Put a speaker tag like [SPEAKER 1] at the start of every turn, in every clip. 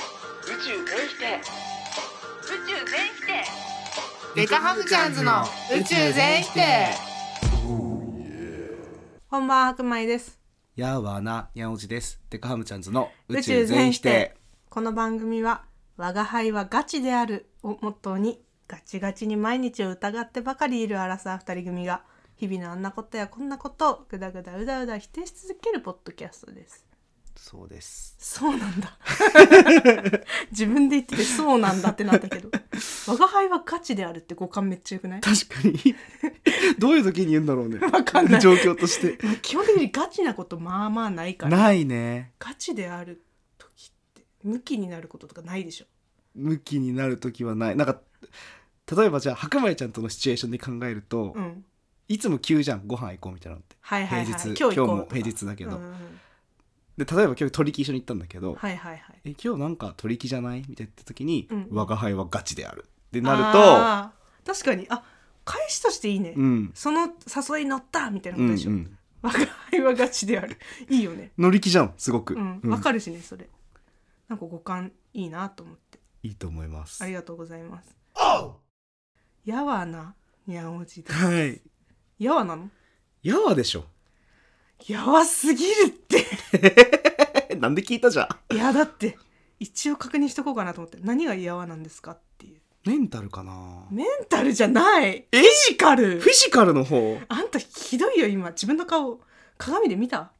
[SPEAKER 1] 宙全否定宇宙全否定
[SPEAKER 2] デカハムチャンズの宇宙全否定
[SPEAKER 3] 本番白米です
[SPEAKER 4] やわなやおじですデカハムちゃんズの
[SPEAKER 3] 宇
[SPEAKER 4] 宇
[SPEAKER 3] 宙
[SPEAKER 4] 宙
[SPEAKER 3] 全
[SPEAKER 4] 全
[SPEAKER 3] 否
[SPEAKER 4] 否
[SPEAKER 3] 定
[SPEAKER 4] 定
[SPEAKER 3] この番組は「我が輩はガチである」をモットーにガチガチに毎日を疑ってばかりいるアラサー2人組が日々のあんなことやこんなことをぐだぐだうだうだ否定し続けるポッドキャストです
[SPEAKER 4] そうです
[SPEAKER 3] そうな んだ自分で言っててそうなんだってなったけど「我が輩はガチである」って五感めっちゃよくない
[SPEAKER 4] 確かにどういう時に言 うんだろうね
[SPEAKER 3] わかんない
[SPEAKER 4] 状況として
[SPEAKER 3] 基本的にガチなことまあまあないから
[SPEAKER 4] ないね
[SPEAKER 3] ガチである時って向きになることとかないでしょ
[SPEAKER 4] 向きになる時はないなんか例えばじゃあ白米ちゃんとのシチュエーションで考えると、
[SPEAKER 3] うん
[SPEAKER 4] いつも急じゃんご飯行こうみたいなのって
[SPEAKER 3] はいはいはい
[SPEAKER 4] 平日
[SPEAKER 3] 今日行こう
[SPEAKER 4] も
[SPEAKER 3] とか
[SPEAKER 4] 平日だけど、
[SPEAKER 3] うんうん
[SPEAKER 4] で例えば今日取り木一緒に行ったんだけど、
[SPEAKER 3] はいはいはい
[SPEAKER 4] え今日なんか取り木じゃないみたいな時に、
[SPEAKER 3] うん
[SPEAKER 4] 我が輩はガチであるってなる
[SPEAKER 3] あー確かにあ返しとしていいね、
[SPEAKER 4] とうん
[SPEAKER 3] その誘い乗ったみたいな
[SPEAKER 4] う
[SPEAKER 3] こ
[SPEAKER 4] んう
[SPEAKER 3] とでしょ、
[SPEAKER 4] ん
[SPEAKER 3] 我が輩はガチである いいよね
[SPEAKER 4] 乗り気じゃんすごく、
[SPEAKER 3] うん
[SPEAKER 4] うん
[SPEAKER 3] わかるしねそれなんか五感いいなと思って
[SPEAKER 4] いいと思います
[SPEAKER 3] ありがとうございますやわなにゃんおじで
[SPEAKER 4] はい
[SPEAKER 3] やわなの
[SPEAKER 4] やわでしょ
[SPEAKER 3] やわすぎるって
[SPEAKER 4] なんで聞いたじゃん
[SPEAKER 3] いやだって一応確認しとこうかなと思って何がやわなんですかっていう
[SPEAKER 4] メンタルかな
[SPEAKER 3] メンタルじゃない
[SPEAKER 4] え
[SPEAKER 3] フィジカル
[SPEAKER 4] フィジカルの方
[SPEAKER 3] あんたひどいよ今自分の顔鏡で見た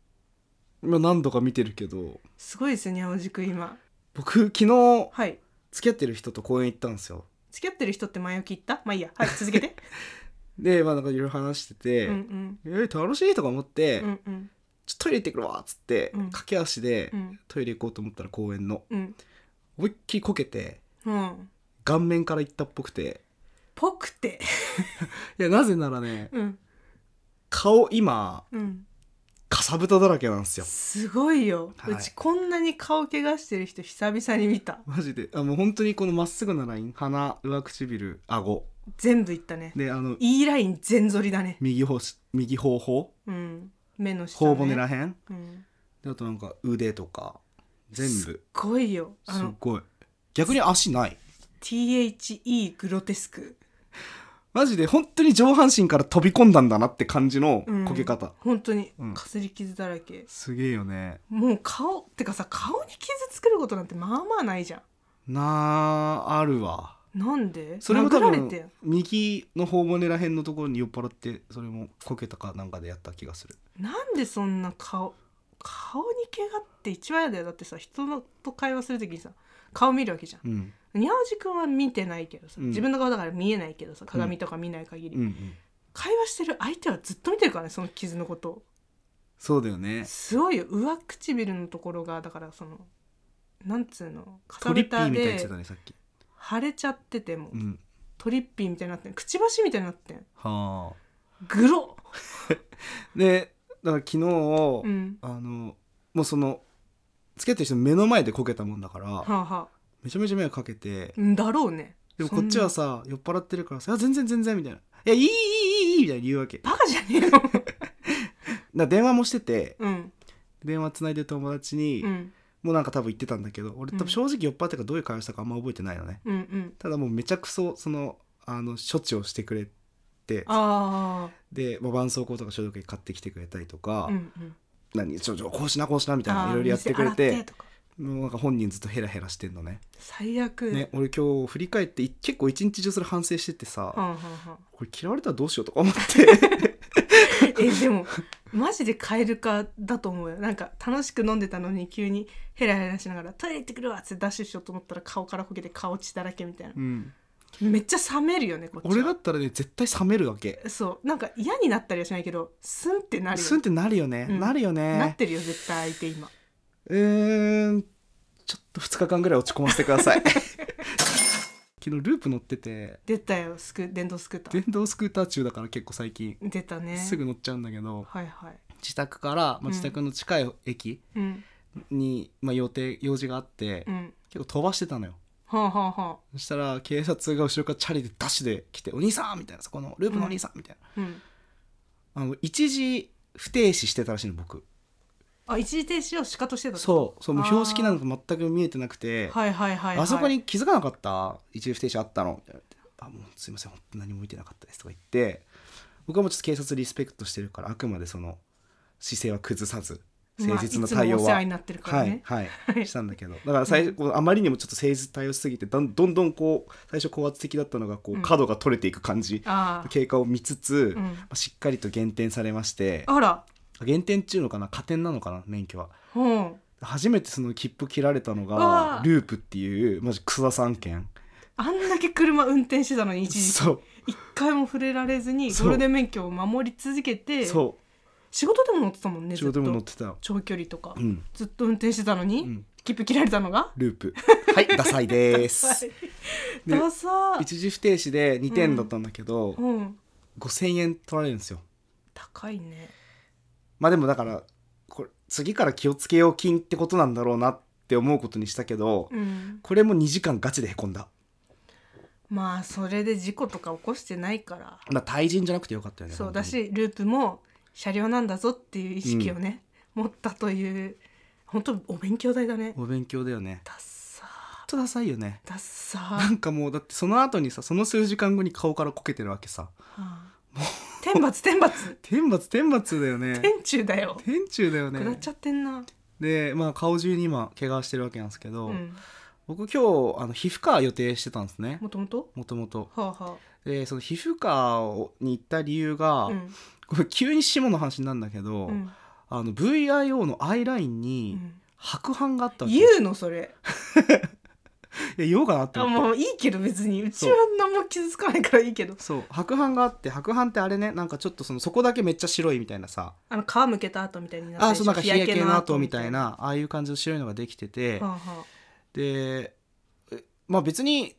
[SPEAKER 4] 今何度か見てるけど
[SPEAKER 3] すごいですよにゃんおじくん今
[SPEAKER 4] 僕昨日
[SPEAKER 3] はい
[SPEAKER 4] 付き合ってる人と公園行ったんですよ
[SPEAKER 3] 付き合ってる人って前置き言ったまあいいやはい続けて
[SPEAKER 4] でまあなんかいろいろ話してて、
[SPEAKER 3] うんう ん
[SPEAKER 4] えー楽しいとか思って、
[SPEAKER 3] うんうん
[SPEAKER 4] ちょっとトイレ行ってくるわっつって、
[SPEAKER 3] うん
[SPEAKER 4] 駆け足で
[SPEAKER 3] うん
[SPEAKER 4] トイレ行こうと思ったら公園の
[SPEAKER 3] うん
[SPEAKER 4] 思いっきりこけて
[SPEAKER 3] うん
[SPEAKER 4] 顔面から行ったっぽくて
[SPEAKER 3] ぽくて
[SPEAKER 4] いやなぜならね
[SPEAKER 3] うん
[SPEAKER 4] 顔今
[SPEAKER 3] うん
[SPEAKER 4] かさぶただらけなんですよ
[SPEAKER 3] すごいよ、
[SPEAKER 4] はいう
[SPEAKER 3] ちこんなに顔怪我してる人久々に見た
[SPEAKER 4] マジであもう本当にこのまっすぐなライン鼻上唇顎
[SPEAKER 3] 全部いったね
[SPEAKER 4] であの
[SPEAKER 3] E ライン全反りだね
[SPEAKER 4] 右方し右方法
[SPEAKER 3] うん目の下、ね、
[SPEAKER 4] 頬骨らへん
[SPEAKER 3] うん
[SPEAKER 4] であとなんか腕とか全
[SPEAKER 3] すっ
[SPEAKER 4] 部
[SPEAKER 3] ごいよあ
[SPEAKER 4] す
[SPEAKER 3] の
[SPEAKER 4] ごい逆に足ない
[SPEAKER 3] THE グロテスク
[SPEAKER 4] マジで本当に上半身から飛び込んだんだなって感じの
[SPEAKER 3] うん
[SPEAKER 4] こけ方、
[SPEAKER 3] 本当に
[SPEAKER 4] うん
[SPEAKER 3] かすり傷だらけ、
[SPEAKER 4] すげえよね
[SPEAKER 3] もう顔ってかさ顔に傷作ることなんてまあまあないじゃ
[SPEAKER 4] なああるわ
[SPEAKER 3] んなんで
[SPEAKER 4] それも多
[SPEAKER 3] 殴られて
[SPEAKER 4] 分右の頬骨らへんのところに酔っ払ってそれもこけたかなんかでやった気がする
[SPEAKER 3] なんでそんな顔顔に怪我って一番嫌だよだってさ人のと会話する時にさ顔見るわけじゃん
[SPEAKER 4] うん
[SPEAKER 3] にゃおじくんは見てないけどさ、
[SPEAKER 4] うん
[SPEAKER 3] 自分の顔だから見えないけどさ鏡とか見ない限り、
[SPEAKER 4] うんうん
[SPEAKER 3] 会話してる相手はずっと見てるからねその傷のことを
[SPEAKER 4] そうだよね
[SPEAKER 3] すごいよ上唇のところがだからそのなんつうのか
[SPEAKER 4] トリッピーみたいに言って
[SPEAKER 3] で
[SPEAKER 4] たねさっき
[SPEAKER 3] 腫れちゃっててもう
[SPEAKER 4] うん
[SPEAKER 3] トリッピーみたいになってんくちばしみたいになってん
[SPEAKER 4] は
[SPEAKER 3] グロ
[SPEAKER 4] あでだから昨日、
[SPEAKER 3] うん
[SPEAKER 4] あのもうそのつけてる人の目の前でこけたもんだから、
[SPEAKER 3] はあは
[SPEAKER 4] めちゃめちゃ迷惑かけて
[SPEAKER 3] あんだろうね
[SPEAKER 4] でも
[SPEAKER 3] そ
[SPEAKER 4] こ
[SPEAKER 3] ん
[SPEAKER 4] っ
[SPEAKER 3] な
[SPEAKER 4] ちはさ酔っ払ってるからさ「あ全然全然」みたいな「いやいいいいいいいい」みたいな言うわけだか
[SPEAKER 3] バカじゃねえよ
[SPEAKER 4] ら電話もしてて
[SPEAKER 3] うん
[SPEAKER 4] 電話つないでる友達に、
[SPEAKER 3] うん
[SPEAKER 4] もうなんか多分言ってたんだけど俺
[SPEAKER 3] うん
[SPEAKER 4] 多分正直酔っ払ってからどういう会話したかあんま覚えてないのね、
[SPEAKER 3] うんうん
[SPEAKER 4] ただもうめちゃくそそのあの処置をしてくれて
[SPEAKER 3] あ
[SPEAKER 4] で、まあ、絆創膏とか消毒液買ってきてくれたりとか
[SPEAKER 3] あ、うんうん
[SPEAKER 4] 「何ちょちょこうしなこうしな」みたい
[SPEAKER 3] あ
[SPEAKER 4] な
[SPEAKER 3] ー
[SPEAKER 4] いろいろやってくれて
[SPEAKER 3] 店洗とか
[SPEAKER 4] もうなんか本人ずっとヘラヘラしてんのね,、
[SPEAKER 3] 最悪
[SPEAKER 4] ね俺今日振り返ってい結構一日中それ反省しててさ、
[SPEAKER 3] はんはんはん
[SPEAKER 4] これ嫌われたらどうしようとか思って
[SPEAKER 3] えでもマジでカエル化だと思うよなんか楽しく飲んでたのに急にヘラヘラしながら「トイレ行ってくるわ」っつってダッシュしようと思ったら顔からこけて顔血だらけみたいな
[SPEAKER 4] うん
[SPEAKER 3] めっちゃ冷めるよねこっち は
[SPEAKER 4] 俺だったらね絶対冷めるわけ
[SPEAKER 3] そうなんか嫌になったりはしないけどスンってなるよ
[SPEAKER 4] スンってなるよね、
[SPEAKER 3] うん
[SPEAKER 4] なるよ
[SPEAKER 3] なっ
[SPEAKER 4] ね
[SPEAKER 3] てるよ絶対相手今
[SPEAKER 4] うーんちょっと2日間ぐらい落ち込ませてくださ い昨日ループ乗ってて
[SPEAKER 3] 出たよスク電動スクーター
[SPEAKER 4] 電動スクーター中だから結構最近
[SPEAKER 3] 出たね
[SPEAKER 4] すぐ乗っちゃうんだけど
[SPEAKER 3] はいはい
[SPEAKER 4] 自宅から、
[SPEAKER 3] うん
[SPEAKER 4] まあ、自宅の近い駅
[SPEAKER 3] うん
[SPEAKER 4] に、まあ、予定用事があって、
[SPEAKER 3] うん
[SPEAKER 4] 結構飛ばしてたのよ
[SPEAKER 3] はあはあは
[SPEAKER 4] そしたら警察が後ろからチャリでダッシュで来て「お兄さん!」みたいなそこのループのお兄さんみたいな、
[SPEAKER 3] あうん
[SPEAKER 4] あの一時不停止してたらしいの僕
[SPEAKER 3] あ一時停止をしかとしてた
[SPEAKER 4] そうそうもう標識なんか全く見えてなくて、
[SPEAKER 3] はいはいはい、はい、
[SPEAKER 4] あそこに気づかなかった一時不停止あったのみたいなあもうすいません本当何も見てなかったですとか言って僕はもうちょっと警察リスペクトしてるからあくまでその姿勢は崩さず誠実な対応は、
[SPEAKER 3] まあいつもお世話になってるからね
[SPEAKER 4] はい、
[SPEAKER 3] は
[SPEAKER 4] はいい、したんだけどだから最初、こうあまりにもちょっと誠実対応しすぎてだんどんどんこう最初高圧的だったのがこう、
[SPEAKER 3] うん
[SPEAKER 4] 角が取れていく感じ
[SPEAKER 3] あー
[SPEAKER 4] 経過を見つつ、
[SPEAKER 3] うん
[SPEAKER 4] まあしっかりと減点されまして
[SPEAKER 3] あら
[SPEAKER 4] 減点っていうのかな加点なのかな免許は
[SPEAKER 3] うん
[SPEAKER 4] 初めてその切符切られたの
[SPEAKER 3] わ
[SPEAKER 4] が
[SPEAKER 3] あ
[SPEAKER 4] ループっていうマジ草田さん件
[SPEAKER 3] あんだけ車運転してたのに一時
[SPEAKER 4] そう
[SPEAKER 3] 一回も触れられずに
[SPEAKER 4] そう
[SPEAKER 3] ゴールデン免許を守り続けて
[SPEAKER 4] そ
[SPEAKER 3] 仕事でも乗ってたもん
[SPEAKER 4] う
[SPEAKER 3] ね
[SPEAKER 4] 仕事でも乗っ
[SPEAKER 3] ずっと
[SPEAKER 4] てた
[SPEAKER 3] 長距離とか、
[SPEAKER 4] うん
[SPEAKER 3] ずっと運転してたのに、
[SPEAKER 4] うん
[SPEAKER 3] 切符切られたのが
[SPEAKER 4] ループはいダサいですで
[SPEAKER 3] ダサー
[SPEAKER 4] 一時不停止で2点だったんだけど、
[SPEAKER 3] うん
[SPEAKER 4] 5000円取られるんですよ
[SPEAKER 3] 高いね
[SPEAKER 4] まあでもだからこれ次から気をつけよう金ってことなんだろうなって思うことにしたけど、
[SPEAKER 3] うん
[SPEAKER 4] これも2時間ガチでへこんだ
[SPEAKER 3] まあそれで事故とか起こしてないから
[SPEAKER 4] まあ対人じゃなくてよかったよね
[SPEAKER 3] そうだしループも車両なんだぞっていう意識をね、持ったという本当お勉強代だね
[SPEAKER 4] お勉強だよね
[SPEAKER 3] ダッサ
[SPEAKER 4] ほんとダサいよね
[SPEAKER 3] ーダッサー、
[SPEAKER 4] なんかもうだってその後にさその数時間後に顔からこけてるわけさ
[SPEAKER 3] はあ天罰天罰
[SPEAKER 4] 天罰天罰だよね
[SPEAKER 3] 天中だよ
[SPEAKER 4] 天中だよね
[SPEAKER 3] 下っちゃってんな、
[SPEAKER 4] でまあ顔中に今怪我してるわけなんですけど、
[SPEAKER 3] うん、
[SPEAKER 4] 僕今日あの皮膚科予定してたんですね
[SPEAKER 3] もともと
[SPEAKER 4] もともと
[SPEAKER 3] はあは
[SPEAKER 4] でその皮膚科をに行った理由が、
[SPEAKER 3] あうん
[SPEAKER 4] これ急に下の話になるんだけど、
[SPEAKER 3] うん
[SPEAKER 4] あの VIO のアイライン
[SPEAKER 3] う
[SPEAKER 4] に
[SPEAKER 3] ん
[SPEAKER 4] 白斑があったわけ、
[SPEAKER 3] 言うのそれ
[SPEAKER 4] え言おうかなって
[SPEAKER 3] あ
[SPEAKER 4] 思って
[SPEAKER 3] もういいけど別にうち
[SPEAKER 4] そう
[SPEAKER 3] は何も傷つかないからいいけど
[SPEAKER 4] そう白斑があって白斑ってあれねなんかちょっとそのそこだけめっちゃ白いみたいなさ
[SPEAKER 3] あの皮むけた後みたいになって
[SPEAKER 4] あそうなんか日焼けの跡みたい
[SPEAKER 3] は
[SPEAKER 4] なああいう感じの白いのができてて、
[SPEAKER 3] あは
[SPEAKER 4] でえまあ別に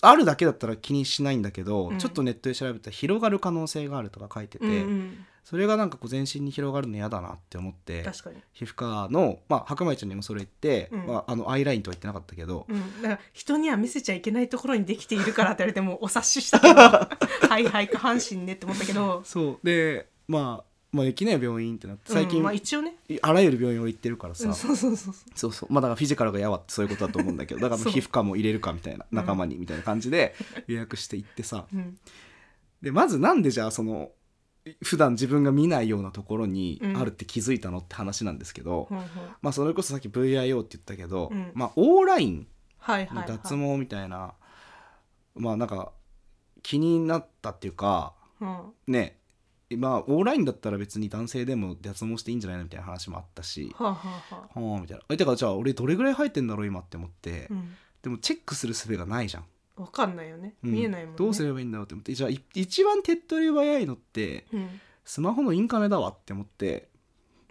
[SPEAKER 4] あるだけだったら気にしないんだけど、
[SPEAKER 3] うん
[SPEAKER 4] ちょっとネットで調べたら広がる可能性があるとか書いて
[SPEAKER 3] あ、
[SPEAKER 4] て、
[SPEAKER 3] うんうん、
[SPEAKER 4] それがなんかこう全身に広がるの嫌だなって思って
[SPEAKER 3] 確かに、
[SPEAKER 4] 皮膚科の、まあ、白米ちゃんにもそれ言って、
[SPEAKER 3] うん
[SPEAKER 4] まあ、あのアイラインとは言ってなかったけど、
[SPEAKER 3] うん、だから人には見せちゃいけないところにできているからって言われてもう お察ししたからはいはい下半身ねって思ったけど
[SPEAKER 4] そうでまあまあ行きなよ病院ってな って最近、
[SPEAKER 3] うんまあ、一応ね
[SPEAKER 4] あらゆる病院を行ってるから
[SPEAKER 3] う
[SPEAKER 4] さ、
[SPEAKER 3] んそうそうそうそ
[SPEAKER 4] そうそうまあだからフィジカルがやわってそういうことだと思うん だけどだからま
[SPEAKER 3] そ
[SPEAKER 4] あ
[SPEAKER 3] う
[SPEAKER 4] 皮膚科も入れるかみたいな仲間にみたいな感じで予約して行ってさ
[SPEAKER 3] う、うん
[SPEAKER 4] でまずなんでじゃあその普段自分が見ないようなところに
[SPEAKER 3] うん
[SPEAKER 4] あるって気づいたのって話なんですけど、
[SPEAKER 3] ほんほん
[SPEAKER 4] まあそれこそさっき VIO って言ったけど、
[SPEAKER 3] うん
[SPEAKER 4] まあオーライン
[SPEAKER 3] はいはい、
[SPEAKER 4] の
[SPEAKER 3] はい、
[SPEAKER 4] 脱毛みたいな、まあなんか気になったっていうか
[SPEAKER 3] うん
[SPEAKER 4] ねまあオーラインだったら別に男性でも脱毛していいんじゃないのみたいな話もあったし。
[SPEAKER 3] はあ、はあはあ、
[SPEAKER 4] はあみたいなえてかじゃあ俺どれぐらい生えてんだろう今って思って、
[SPEAKER 3] うん、
[SPEAKER 4] でもチェックする術がないじゃん、
[SPEAKER 3] わかんないよね、
[SPEAKER 4] うん
[SPEAKER 3] 見えないもんね
[SPEAKER 4] どうすればいいんだろうって思ってじゃあい一番手っ取り早いのって
[SPEAKER 3] うん
[SPEAKER 4] スマホのインカメだわって思って、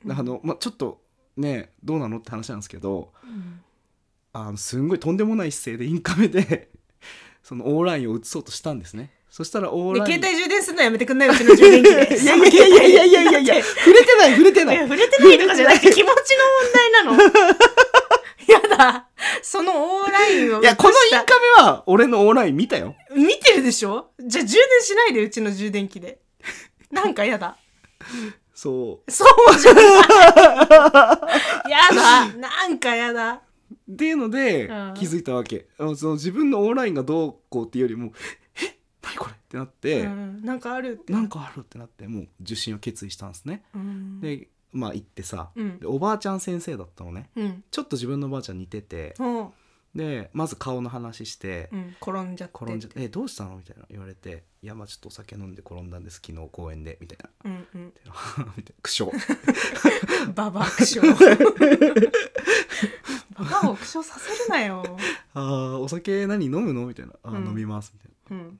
[SPEAKER 4] あの、まあ、ちょっとねどうなのって話なんですけど
[SPEAKER 3] うん
[SPEAKER 4] あのすんごいとんでもない姿勢でインカメでそのオーラインを映そうとしたんですねそしたらオー
[SPEAKER 3] で
[SPEAKER 4] ライン
[SPEAKER 3] 携帯充電するのやめてくんないうちの充電 器で
[SPEAKER 4] いやいやいやいやいやいやいや触れてない触れて
[SPEAKER 3] い
[SPEAKER 4] な
[SPEAKER 3] や
[SPEAKER 4] い
[SPEAKER 3] 触れてないとかじゃなくて気持ちの 問題なのやだそのオーラインを
[SPEAKER 4] いやこのイン
[SPEAKER 3] 映し
[SPEAKER 4] カメは俺のオーライン見たよ
[SPEAKER 3] た見てるでしょじゃあ充電しないでうちの充電器で なんかやだ
[SPEAKER 4] そう
[SPEAKER 3] そう じゃないやだなんかやだ
[SPEAKER 4] っていうので
[SPEAKER 3] うん
[SPEAKER 4] 気づいたわけ、あのその自分のオンラインがどうこうっていうよりも「え何これ?」ってなって、
[SPEAKER 3] うんなんかあるって
[SPEAKER 4] なんかあるってなってもう受診を決意したんですね、
[SPEAKER 3] うん
[SPEAKER 4] でまあ行ってさ、
[SPEAKER 3] うん
[SPEAKER 4] でおばあちゃん先生だったのね
[SPEAKER 3] うん
[SPEAKER 4] ちょっと自分のおばあちゃん似てて、
[SPEAKER 3] うん
[SPEAKER 4] でまず顔の話して
[SPEAKER 3] う、ん転んじゃって
[SPEAKER 4] 転んじゃって「えどうしたの?」みたいな言われて「いやまあちょっとお酒飲んで転んだんです昨日公園で」みたいな
[SPEAKER 3] うんうん
[SPEAKER 4] 「みたいな苦 笑
[SPEAKER 3] ババア苦 笑ババアを苦笑させるなよ
[SPEAKER 4] あーお酒何飲むの?」みたいな「あー、
[SPEAKER 3] うん
[SPEAKER 4] 飲みます」みたいな
[SPEAKER 3] うん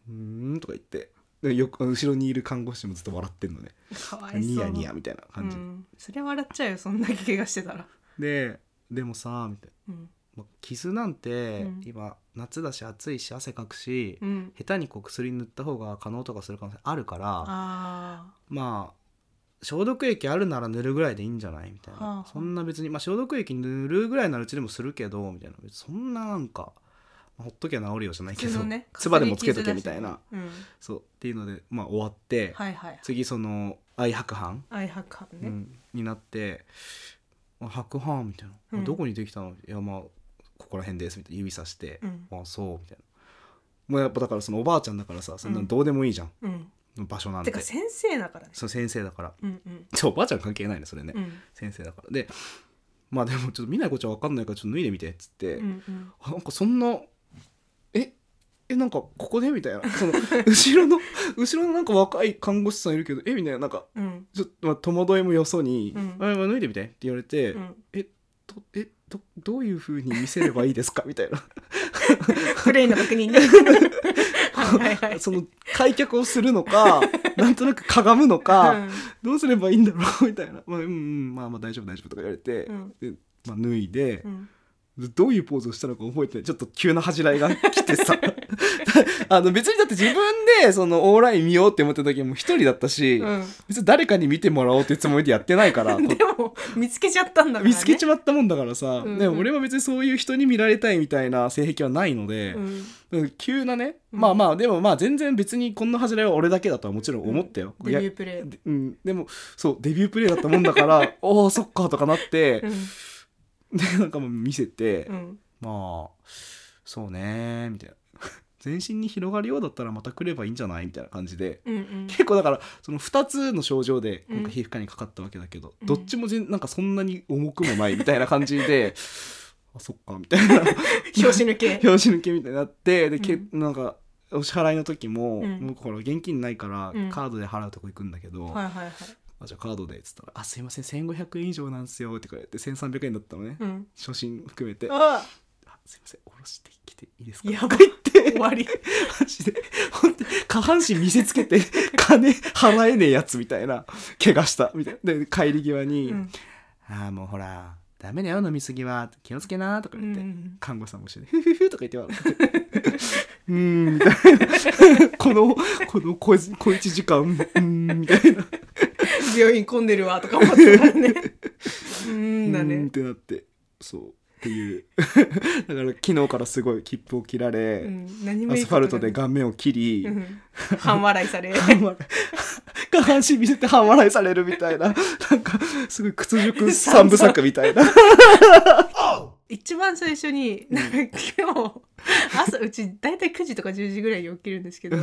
[SPEAKER 4] 「うーん」とか言ってでよく後ろにいる看護師もずっと笑ってんのね
[SPEAKER 3] かわいそう
[SPEAKER 4] ニヤニヤみたいな感じ、
[SPEAKER 3] うん、それ笑っちゃうよそんだけ怪我してたら、
[SPEAKER 4] ででもさみたいな
[SPEAKER 3] うん
[SPEAKER 4] まあ傷なんて
[SPEAKER 3] うん
[SPEAKER 4] 今夏だし暑いし汗かくし、
[SPEAKER 3] うん、
[SPEAKER 4] 下手にこう薬塗った方が可能とかする可能性あるから
[SPEAKER 3] あ
[SPEAKER 4] まあ消毒液あるなら塗るぐらいでいいんじゃないみたいな、
[SPEAKER 3] はあはあ
[SPEAKER 4] そんな別に、まあ、消毒液塗るぐらいならうちでもするけどみたいな別にそんななんか、まあほっときゃ治るよじゃない
[SPEAKER 3] ー
[SPEAKER 4] け
[SPEAKER 3] 普通
[SPEAKER 4] ど、
[SPEAKER 3] のね
[SPEAKER 4] 唾でもつけとけみたいな、
[SPEAKER 3] うん、
[SPEAKER 4] そうっていうので、まあ、終わって、
[SPEAKER 3] はいはい
[SPEAKER 4] 次その愛白斑
[SPEAKER 3] 愛白斑
[SPEAKER 4] う
[SPEAKER 3] ね、
[SPEAKER 4] んになって「白飯」みたいな「
[SPEAKER 3] うん
[SPEAKER 4] どこにできたの?」「いやまあここら辺です」みたいな指さして
[SPEAKER 3] うん
[SPEAKER 4] 「あそう」みたいな。もうやっぱだからそのおばあちゃんだからさそんなのどうでもいいじゃん、
[SPEAKER 3] うん
[SPEAKER 4] 場所なん
[SPEAKER 3] て
[SPEAKER 4] て
[SPEAKER 3] か先生だからね
[SPEAKER 4] そう先生だから
[SPEAKER 3] うんうん
[SPEAKER 4] ちょおばあちゃん関係ないねそれね、
[SPEAKER 3] うん
[SPEAKER 4] 先生だからでまあでもちょっと見ないこっちゃ分かんないからちょっと脱いでみてっつって、
[SPEAKER 3] うんうん
[SPEAKER 4] あなんかそんなええなんかここでみたいなその後ろの後ろのなんか若い看護師さんいるけどえみたいななんか
[SPEAKER 3] うん
[SPEAKER 4] ちょっと、まあ、戸惑いもよそに
[SPEAKER 3] うん
[SPEAKER 4] 「あまあ脱いでみて」って言われて「
[SPEAKER 3] うん
[SPEAKER 4] えどえどどういうふうに見せればいいですか?」みたいな
[SPEAKER 3] プレイの確認ね はいはいは い
[SPEAKER 4] その開脚をするの かなんとなくかがむのか、
[SPEAKER 3] うん
[SPEAKER 4] どうすればいいんだろうみたいな「まあ、うんうんまあまあ大丈夫大丈夫」とか言われて、
[SPEAKER 3] うん
[SPEAKER 4] でまあ、脱いで。
[SPEAKER 3] うん
[SPEAKER 4] どういうポーズをしたのか覚えてないちょっと急な恥じらいが来て さ あの別にだって自分でそのオーライン見ようって思った時はもう一人だったし、
[SPEAKER 3] うん
[SPEAKER 4] 別に誰かに見てもらおうってつもりでやってないからこ
[SPEAKER 3] でも見つけちゃったんだから、ね、
[SPEAKER 4] 見つけちまったもんだからさ、
[SPEAKER 3] うんうん
[SPEAKER 4] でも俺は別にそういう人に見られたいみたいな性癖はないので、
[SPEAKER 3] うん
[SPEAKER 4] うん急なね、
[SPEAKER 3] うん
[SPEAKER 4] まあまあでもまあ全然別にこんな恥じらいは俺だけだとはもちろん思ったよ、
[SPEAKER 3] デビュープレイ
[SPEAKER 4] いやでうん、でもそうデビュープレイだったもんだからおおそっかとかなって
[SPEAKER 3] う、ん
[SPEAKER 4] でなんかもう見せて、
[SPEAKER 3] うん
[SPEAKER 4] まあそうねみたいな全身に広がるようだったらまた来ればいいんじゃないみたいな感じで
[SPEAKER 3] うん うん
[SPEAKER 4] 結構だからその2つの症状で
[SPEAKER 3] うん
[SPEAKER 4] 今回皮膚科にかかったわけだけど、
[SPEAKER 3] うん
[SPEAKER 4] どっちもぜんなんかそんなに重くもないみたいな感じで あそっかみたいな
[SPEAKER 3] 拍子抜け
[SPEAKER 4] 拍子抜けみたいになってでけ、なんかお支払いの時も、
[SPEAKER 3] うん
[SPEAKER 4] もうこれ現金ないから
[SPEAKER 3] うん
[SPEAKER 4] カードで払うとこ行くんだけど、
[SPEAKER 3] はいはいはい
[SPEAKER 4] あじゃあカードでっつったら「あすいません1500円以上なんですよ」って言われて1300円だったのね、
[SPEAKER 3] うん
[SPEAKER 4] 初心含めて
[SPEAKER 3] あ
[SPEAKER 4] あすいません下ろしてきていいですか?」
[SPEAKER 3] やばい
[SPEAKER 4] って
[SPEAKER 3] 終 わり
[SPEAKER 4] マジで本当に下半身見せつけて金払えねえやつみたいな怪我したみたいなで帰り際に「
[SPEAKER 3] うん
[SPEAKER 4] ああもうほらダメだよ飲みすぎは気をつけな」とか言って、
[SPEAKER 3] うん
[SPEAKER 4] 看護師さんも一緒に「フフフ」とか言って笑って「 うーん」みたいなこのこの小一小一時間「うーん」みたいな「
[SPEAKER 3] 病院混んでるわとか思ってたからねう ー
[SPEAKER 4] うん
[SPEAKER 3] だ
[SPEAKER 4] ーん」っ
[SPEAKER 3] ね
[SPEAKER 4] てなってそうっていう だから昨日からすごい切符を切られ、
[SPEAKER 3] うん何も
[SPEAKER 4] ア
[SPEAKER 3] いい
[SPEAKER 4] ス
[SPEAKER 3] こ
[SPEAKER 4] ファ
[SPEAKER 3] とが
[SPEAKER 4] ルトで顔面を切り、
[SPEAKER 3] うん半笑いされ
[SPEAKER 4] 半笑い下半身見せて半笑いされるみたい ななんかすごい屈辱 三部作みたいな
[SPEAKER 3] 一番最初になんか今日朝うち大体9時とか10時ぐらいに起きるんですけど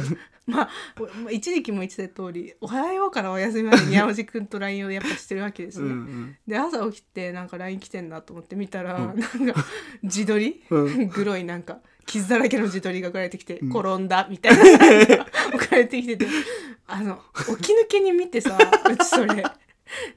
[SPEAKER 3] まあおまあ一時期も言ってた通り「おはよう」から「お休み」まで宮本君と LINE をやっぱしてるわけです
[SPEAKER 4] う
[SPEAKER 3] ね。
[SPEAKER 4] ん
[SPEAKER 3] で朝起きてなんか LINE 来てんなと思って見たら、
[SPEAKER 4] う
[SPEAKER 3] なんか自撮り、
[SPEAKER 4] う
[SPEAKER 3] グロいなんか傷だらけの自撮りが送られてきて「
[SPEAKER 4] ん
[SPEAKER 3] 転んだ」みたいなのが送られてきててあの起き抜けに見てさうちそれ。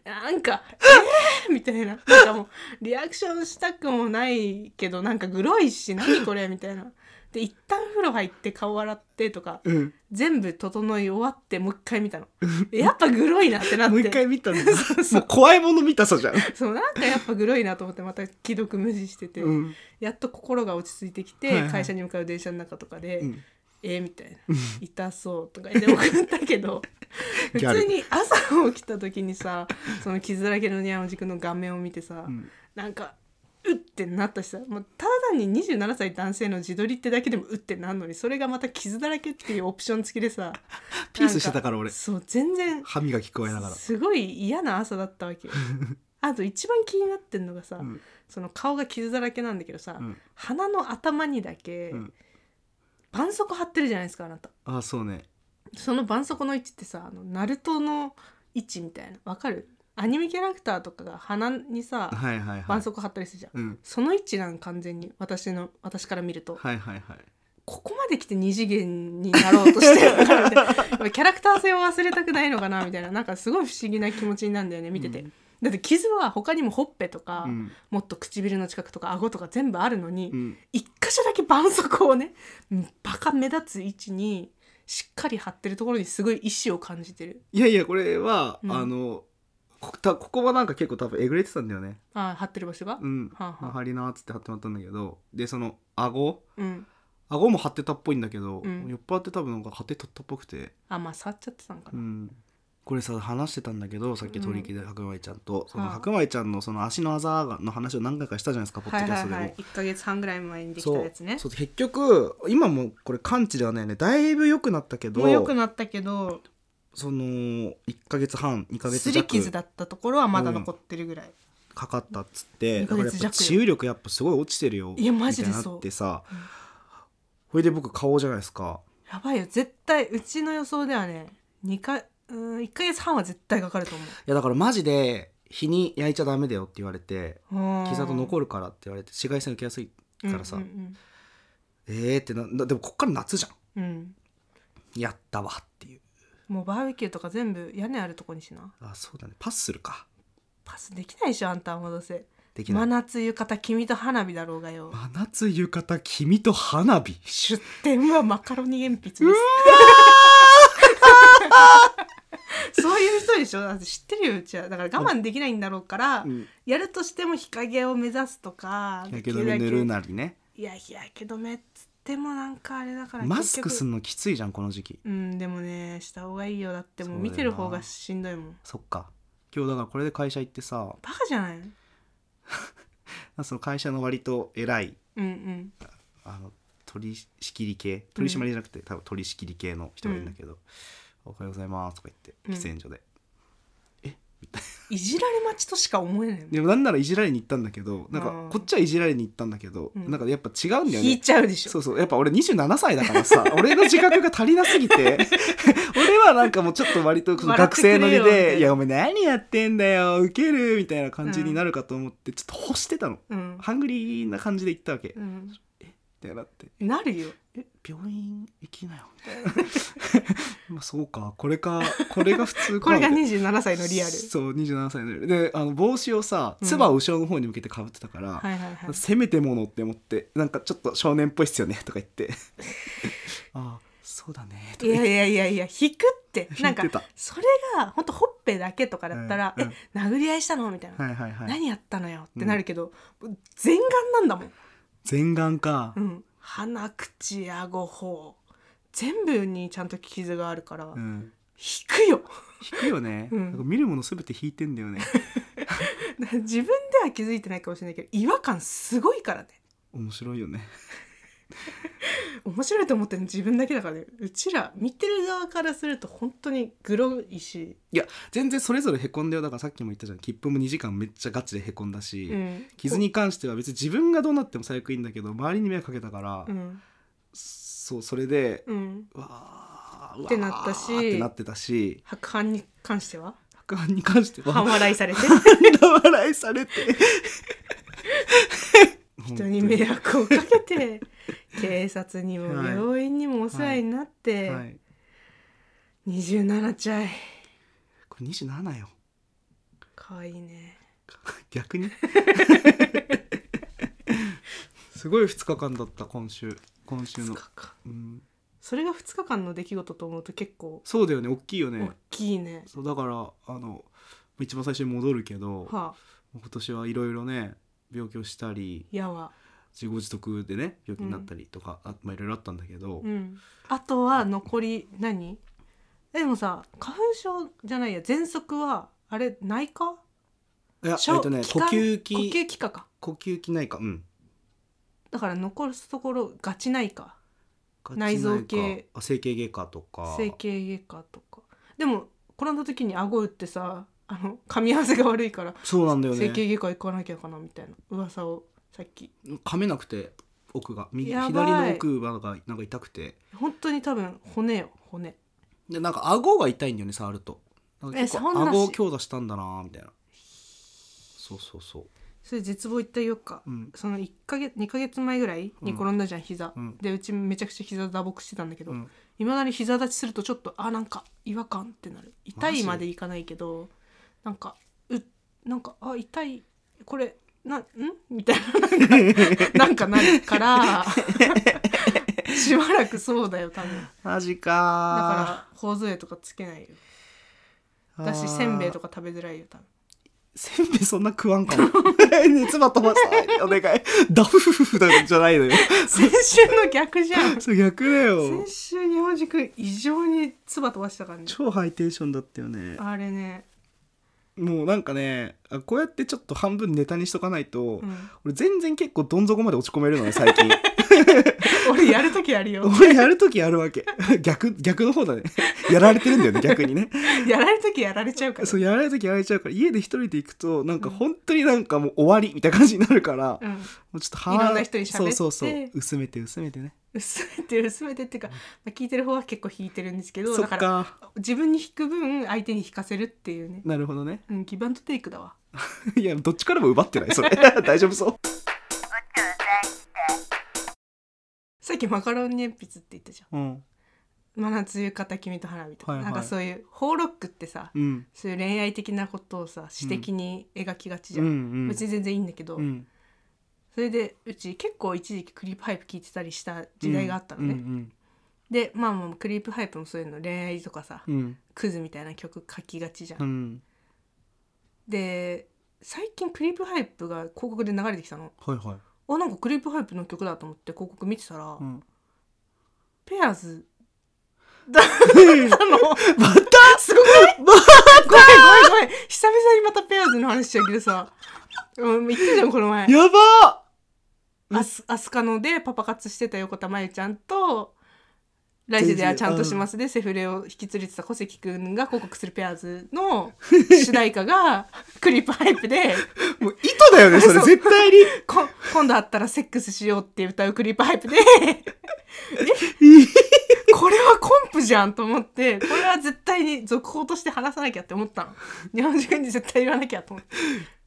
[SPEAKER 3] なんか「えー!」みたいななんかもうリアクションしたくもないけどなんかグロいし何これみたいな。で一旦風呂入って顔洗ってとか
[SPEAKER 4] うん、うん
[SPEAKER 3] 全部整い終わってもう一回見たのやっぱグロいなってなって
[SPEAKER 4] もう一回見たんだ
[SPEAKER 3] そうそう
[SPEAKER 4] もう怖いもの見たさ じゃん、
[SPEAKER 3] そうなんかやっぱグロいなと思ってまた既読無視してて、
[SPEAKER 4] うん
[SPEAKER 3] やっと心が落ち着いてきて、
[SPEAKER 4] はいはい
[SPEAKER 3] 会社に向かう電車の中とかで「
[SPEAKER 4] うん
[SPEAKER 3] えーみたいな「痛そう」とか言って 送ったけど 普
[SPEAKER 4] ギャル
[SPEAKER 3] 通に朝起きた時にさその傷だらけのニャンオジ君の顔面を見てさ、
[SPEAKER 4] ん
[SPEAKER 3] なんか「うっ」てなったしさもうただ単に27歳男性の自撮りってだけでも「うっ」てなんのにそれがまた傷だらけっていうオプション付きでさ
[SPEAKER 4] ピースしてたから俺
[SPEAKER 3] なんそう全然
[SPEAKER 4] 歯磨き聞こえながら
[SPEAKER 3] すごい嫌な朝だったわ けよあと一番気になってんのがさ、
[SPEAKER 4] ん
[SPEAKER 3] その顔が傷だらけなんだけどさ、
[SPEAKER 4] うん
[SPEAKER 3] 鼻の頭にだけ
[SPEAKER 4] うん
[SPEAKER 3] 絆創膏貼ってるじゃないですかあなた
[SPEAKER 4] ああそうね
[SPEAKER 3] その絆創膏の位置ってさあのナルトの位置みたいなわかるアニメキャラクターとかが鼻にさ
[SPEAKER 4] はいはいは
[SPEAKER 3] 絆
[SPEAKER 4] い
[SPEAKER 3] 創膏貼ったりするじゃん、
[SPEAKER 4] うん
[SPEAKER 3] その位置なん完全に私の私から見ると、
[SPEAKER 4] はいはいはい
[SPEAKER 3] ここまで来て二次元になろうとしてるからね やっぱキャラクター性を忘れたくないのかなみたいななんかすごい不思議な気持ちになるんだよね見てて、
[SPEAKER 4] うん
[SPEAKER 3] だって傷は他にもほっぺとか、
[SPEAKER 4] うん
[SPEAKER 3] もっと唇の近くとか顎とか全部あるのに、
[SPEAKER 4] うん
[SPEAKER 3] 一箇所だけ絆創膏をねバカ目立つ位置にしっかり貼ってるところにすごい意志を感じてる
[SPEAKER 4] いやいやこれは、
[SPEAKER 3] うん
[SPEAKER 4] あのこたここはなんか結構多分えぐれてたんだよね
[SPEAKER 3] あー貼ってる場所が
[SPEAKER 4] うん
[SPEAKER 3] はあはあ
[SPEAKER 4] 張りなーっつって貼ってもらったんだけどでその顎
[SPEAKER 3] うん
[SPEAKER 4] 顎も張ってたっぽいんだけど、
[SPEAKER 3] うん
[SPEAKER 4] 酔っ払って多分なんか張ってたったっぽくて、
[SPEAKER 3] あまあ触っちゃってたんか
[SPEAKER 4] う
[SPEAKER 3] な、
[SPEAKER 4] ん、これさ話してたんだけどさっき
[SPEAKER 3] うん
[SPEAKER 4] 鳥木で白米ちゃんと、その
[SPEAKER 3] はい
[SPEAKER 4] 白米ちゃんのその足のあざの話を何回かしたじゃないですかポッ
[SPEAKER 3] は
[SPEAKER 4] ド
[SPEAKER 3] い
[SPEAKER 4] キャス
[SPEAKER 3] はい
[SPEAKER 4] トでも。
[SPEAKER 3] はい1ヶ月半ぐらい前にできた
[SPEAKER 4] そう
[SPEAKER 3] やつね
[SPEAKER 4] そう結局今もこれ完治ではないねだいぶ良くなったけど
[SPEAKER 3] もう良くなったけど
[SPEAKER 4] その1か月半2か月
[SPEAKER 3] す
[SPEAKER 4] 弱
[SPEAKER 3] り傷だったところはまだ残ってるぐらい、
[SPEAKER 4] かかったっつって
[SPEAKER 3] 二ヶ
[SPEAKER 4] だ
[SPEAKER 3] 月
[SPEAKER 4] からやっぱ
[SPEAKER 3] 弱よ
[SPEAKER 4] 治癒力やっぱすごい落ちてるよ
[SPEAKER 3] いやマジ
[SPEAKER 4] み
[SPEAKER 3] でそう
[SPEAKER 4] たいになってさこれで僕顔じゃないですか
[SPEAKER 3] やばいよ絶対うちの予想ではね2かうん1か月半は絶対かかると思
[SPEAKER 4] いやだからマジで日に焼いちゃダメだよって言われて
[SPEAKER 3] ううん
[SPEAKER 4] 傷跡残るからって言われて紫外線受けやすいからさ、
[SPEAKER 3] うんうん
[SPEAKER 4] えーってななでもこっから夏じゃ
[SPEAKER 3] うんうん
[SPEAKER 4] んやったわっていう
[SPEAKER 3] もうバーベキューとか全部屋根あるとこにしな
[SPEAKER 4] あそうだねパスするか
[SPEAKER 3] パスできないでしょあんたはもうどうせ
[SPEAKER 4] できない
[SPEAKER 3] 真夏浴衣君と花火だろう がよ
[SPEAKER 4] 真夏浴衣君と花火
[SPEAKER 3] 出典はマカロニ鉛筆です そういう人でしょだって知ってるようちはだから我慢できないんだろうから、
[SPEAKER 4] うん
[SPEAKER 3] やるとしても日陰を目指すとか
[SPEAKER 4] やけど塗るなりね
[SPEAKER 3] いや日焼け止めっつってもなんかあれだから
[SPEAKER 4] マスクす
[SPEAKER 3] ん
[SPEAKER 4] んのきついじゃんこの時期
[SPEAKER 3] うんでもねした方がいいよだってもう
[SPEAKER 4] そうだよ
[SPEAKER 3] 見
[SPEAKER 4] な
[SPEAKER 3] てる方がしんどいもん
[SPEAKER 4] そっか今日だからこれで会社行ってさ
[SPEAKER 3] バカじゃないうん
[SPEAKER 4] その会社の割と偉い
[SPEAKER 3] うん
[SPEAKER 4] あの取り仕切り系取り締まりじゃなくて、多分取り仕切り系の人がいるんだけど「おはようございます」とか言って
[SPEAKER 3] うん
[SPEAKER 4] 喫煙所で、
[SPEAKER 3] いじられ待ちとしか思えないもん
[SPEAKER 4] でもなんならいじられに行ったんだけどなん
[SPEAKER 3] あ
[SPEAKER 4] か
[SPEAKER 3] ー
[SPEAKER 4] こっちはいじられに行ったんだけど、
[SPEAKER 3] うん
[SPEAKER 4] なんかやっぱ違うんだよ
[SPEAKER 3] 引い
[SPEAKER 4] ね
[SPEAKER 3] ちゃうでしょ
[SPEAKER 4] そうそうやっぱ俺27歳だから さ俺の自覚が足りなすぎて俺はなんかもうちょっと割とその
[SPEAKER 3] 笑っ
[SPEAKER 4] 学
[SPEAKER 3] てく
[SPEAKER 4] 生
[SPEAKER 3] れよ
[SPEAKER 4] のり
[SPEAKER 3] みたいな
[SPEAKER 4] で「いやお前何やってんだよウケる」みたいな感じになるかと思ってちょっと欲してたの、
[SPEAKER 3] うん、
[SPEAKER 4] ハングリーな感じで行ったわけ、っ
[SPEAKER 3] うん、
[SPEAKER 4] てなって
[SPEAKER 3] なるよ
[SPEAKER 4] え病院行きなよみたいな まあそうかこれかこれが普通か
[SPEAKER 3] これが
[SPEAKER 4] みたいな
[SPEAKER 3] 27歳のリアル
[SPEAKER 4] そう27歳のリアルであの帽子をさ
[SPEAKER 3] うん
[SPEAKER 4] つばを後ろの方に向けてかぶってたから、
[SPEAKER 3] はいはいはい
[SPEAKER 4] せめてものって思ってなんかちょっと少年っぽいっすよねとか言って ああそうだねと
[SPEAKER 3] い
[SPEAKER 4] か言
[SPEAKER 3] や
[SPEAKER 4] って
[SPEAKER 3] いやいやいや引く ってなんか
[SPEAKER 4] 言ってた
[SPEAKER 3] それがほんとほっぺだけとかだったら
[SPEAKER 4] う
[SPEAKER 3] 「
[SPEAKER 4] んうん
[SPEAKER 3] え殴り合いしたの?」みたいな、
[SPEAKER 4] はいはいはい
[SPEAKER 3] 何やったのよ?」ってなるけど、全顔なんだもん、
[SPEAKER 4] 全顔か、
[SPEAKER 3] うん、鼻口顎頬全部にちゃんと傷があるから、
[SPEAKER 4] うん、
[SPEAKER 3] 引くよ
[SPEAKER 4] 引くよね、
[SPEAKER 3] うん
[SPEAKER 4] なんか見るものすべて引いてんだよね
[SPEAKER 3] 自分では気づいてないかもしれないけど違和感すごいからね
[SPEAKER 4] 面白いよ ね
[SPEAKER 3] 面白いと思ってるの自分だけだからねうちら見てる側からすると本当にグロいし、
[SPEAKER 4] いや全然それぞれへこんだよだからさっきも言ったじゃん切符も2時間めっちゃガチでへこんだし、
[SPEAKER 3] うん、
[SPEAKER 4] 傷に関しては別に自分がどうなっても最悪いいんだけど周りに迷惑かけたから、
[SPEAKER 3] うん
[SPEAKER 4] そうそれで、
[SPEAKER 3] うん、
[SPEAKER 4] うわーうわー
[SPEAKER 3] ってなったし
[SPEAKER 4] ってなってたし
[SPEAKER 3] 白斑に関しては
[SPEAKER 4] 白斑に関して
[SPEAKER 3] 半
[SPEAKER 4] は
[SPEAKER 3] 笑いされて
[SPEAKER 4] 半笑いされて
[SPEAKER 3] 人に迷惑をかけて警察にも
[SPEAKER 4] はい
[SPEAKER 3] 病院にもお世話になって、
[SPEAKER 4] はい、
[SPEAKER 3] 27ちゃい
[SPEAKER 4] これ27よ
[SPEAKER 3] かわいいね
[SPEAKER 4] 逆に すごい2日間だった今週今週
[SPEAKER 3] 2
[SPEAKER 4] の
[SPEAKER 3] 日、間
[SPEAKER 4] うん、
[SPEAKER 3] それが2日間の出来事と思うと結構
[SPEAKER 4] そうだよね大きいよね、
[SPEAKER 3] 大きいね
[SPEAKER 4] そうだからあの一番最初に戻るけど、
[SPEAKER 3] はあ
[SPEAKER 4] 今年はいろいろね病気をしたり
[SPEAKER 3] やわ
[SPEAKER 4] 自業自得でね病気になったりとか、あまあいろいろあったんだけど、
[SPEAKER 3] うんあとは残り何えでもさ花粉症じゃないや喘息はあれ内科
[SPEAKER 4] いや
[SPEAKER 3] しょ
[SPEAKER 4] えっとね
[SPEAKER 3] 気
[SPEAKER 4] 呼
[SPEAKER 3] 管
[SPEAKER 4] 吸器
[SPEAKER 3] 呼
[SPEAKER 4] 呼吸
[SPEAKER 3] 吸器科か
[SPEAKER 4] 器内科うん
[SPEAKER 3] だから残すところガチ内科
[SPEAKER 4] が
[SPEAKER 3] 内臓系
[SPEAKER 4] あ整形外科とか
[SPEAKER 3] 整形外科とかでも転んだ時に顎打ってさあの噛み合わせが悪いから
[SPEAKER 4] そうなんだよ
[SPEAKER 3] 整形
[SPEAKER 4] ね
[SPEAKER 3] 外科行かなきゃかなみたいな噂をさっき
[SPEAKER 4] 噛めなくて奥が右
[SPEAKER 3] や
[SPEAKER 4] 左
[SPEAKER 3] ばい
[SPEAKER 4] の奥歯がなんか痛くて
[SPEAKER 3] 本当に多分骨よ骨
[SPEAKER 4] でなんか顎が痛いんだよね触るとなんか
[SPEAKER 3] え
[SPEAKER 4] 結構
[SPEAKER 3] そんなし
[SPEAKER 4] 顎を強打したんだなみたいなそうそうそう
[SPEAKER 3] それ絶望言ってよか、
[SPEAKER 4] うん
[SPEAKER 3] その1ヶ月2ヶ月前ぐらいに転んだじゃん、膝、
[SPEAKER 4] うん
[SPEAKER 3] でうちめちゃくちゃ膝打撲してたんだけど
[SPEAKER 4] うん
[SPEAKER 3] いま、未だに膝立ちするとちょっとあなんか違和感ってなる痛
[SPEAKER 4] マ
[SPEAKER 3] い
[SPEAKER 4] ジ
[SPEAKER 3] までいかないけどなんかうなんかあ痛いこれなんみたいななんかなんかなるからしばらくそうだよ多分だ
[SPEAKER 4] マジ
[SPEAKER 3] か
[SPEAKER 4] から
[SPEAKER 3] 頬杖とかつけないよ
[SPEAKER 4] だ
[SPEAKER 3] だしせんべいとか食べづらいよ多分
[SPEAKER 4] せんべいそんな食わんかも熱ば飛ばしたお願いダフフフフじゃないのよ
[SPEAKER 3] 先週の逆じゃ ん
[SPEAKER 4] それ逆だよ
[SPEAKER 3] 先週日本塾異常に唾飛ばしたからね
[SPEAKER 4] 超ハイテンションだったよね
[SPEAKER 3] あれね、
[SPEAKER 4] もうなんかねあこうやってちょっと半分ネタにしとかないと、
[SPEAKER 3] うん、
[SPEAKER 4] 俺全然結構どん底まで落ち込めるのね最近
[SPEAKER 3] 俺やるときやるよ
[SPEAKER 4] 俺やるときやるわけ逆逆の方だね やられてるんだよね逆にね
[SPEAKER 3] やられるときやられちゃうから
[SPEAKER 4] そうやられるときやられちゃうから家で一人で行くとなんか本当になんかもう終わりみたいな感じになるから、
[SPEAKER 3] う
[SPEAKER 4] も
[SPEAKER 3] ん
[SPEAKER 4] うちょっとはい
[SPEAKER 3] ろんな人に喋って
[SPEAKER 4] そうそうそう薄めて薄めてね
[SPEAKER 3] 薄めて薄めてっていうか、まあ、聞いてる方は結構引いてるんですけど
[SPEAKER 4] そっ
[SPEAKER 3] だから
[SPEAKER 4] か
[SPEAKER 3] 自分に引く分相手に引かせるっていうね、
[SPEAKER 4] なるほどね
[SPEAKER 3] うん、ギブアンドテイクだわ
[SPEAKER 4] いやどっちからも奪ってないそれ 大丈夫そう
[SPEAKER 3] さっきマカロニ鉛筆って言ったじゃん
[SPEAKER 4] うん
[SPEAKER 3] 「真夏浴衣君と花火」とか、
[SPEAKER 4] はいはい
[SPEAKER 3] なんかそういう「ホーロック」ってさ、
[SPEAKER 4] うん
[SPEAKER 3] そういう恋愛的なことをさ詩的に描きがちじ
[SPEAKER 4] う
[SPEAKER 3] ゃ
[SPEAKER 4] ん
[SPEAKER 3] ん、別に全然いいんだけど、
[SPEAKER 4] うん
[SPEAKER 3] それでうち結構一時期クリープハイプ聞いてたりした時代があったのね、
[SPEAKER 4] うん
[SPEAKER 3] でまあまあクリープハイプもそういうの恋愛とかさ、
[SPEAKER 4] うんうん
[SPEAKER 3] クズみたいな曲書きがちじゃん、
[SPEAKER 4] うん
[SPEAKER 3] で最近クリープハイプが広告で流れてきたの
[SPEAKER 4] はいはい
[SPEAKER 3] あなんかクリープハイプの曲だと思って広告見てたら、
[SPEAKER 4] うん
[SPEAKER 3] ペア ーズ
[SPEAKER 4] またすごい
[SPEAKER 3] あのごめんごめんごめん久々にまたペアーズの話しちゃうけどさうん言ってたじゃんこの前
[SPEAKER 4] やば
[SPEAKER 3] アスアスカノでパパ活してた横田真由ちゃんとライジではちゃんとしますで、セフレを引き連れてた小関くんが広告するペアーズの主題歌がクリープハイプで
[SPEAKER 4] もう糸だよねそれ
[SPEAKER 3] そう
[SPEAKER 4] 絶対に
[SPEAKER 3] こ今度会ったらセックスしようって歌うクリープハイ プでえこれはコンプじゃんと思ってこれは絶対に続報として話さなきゃって思ったの日本人に絶対言わなきゃと思って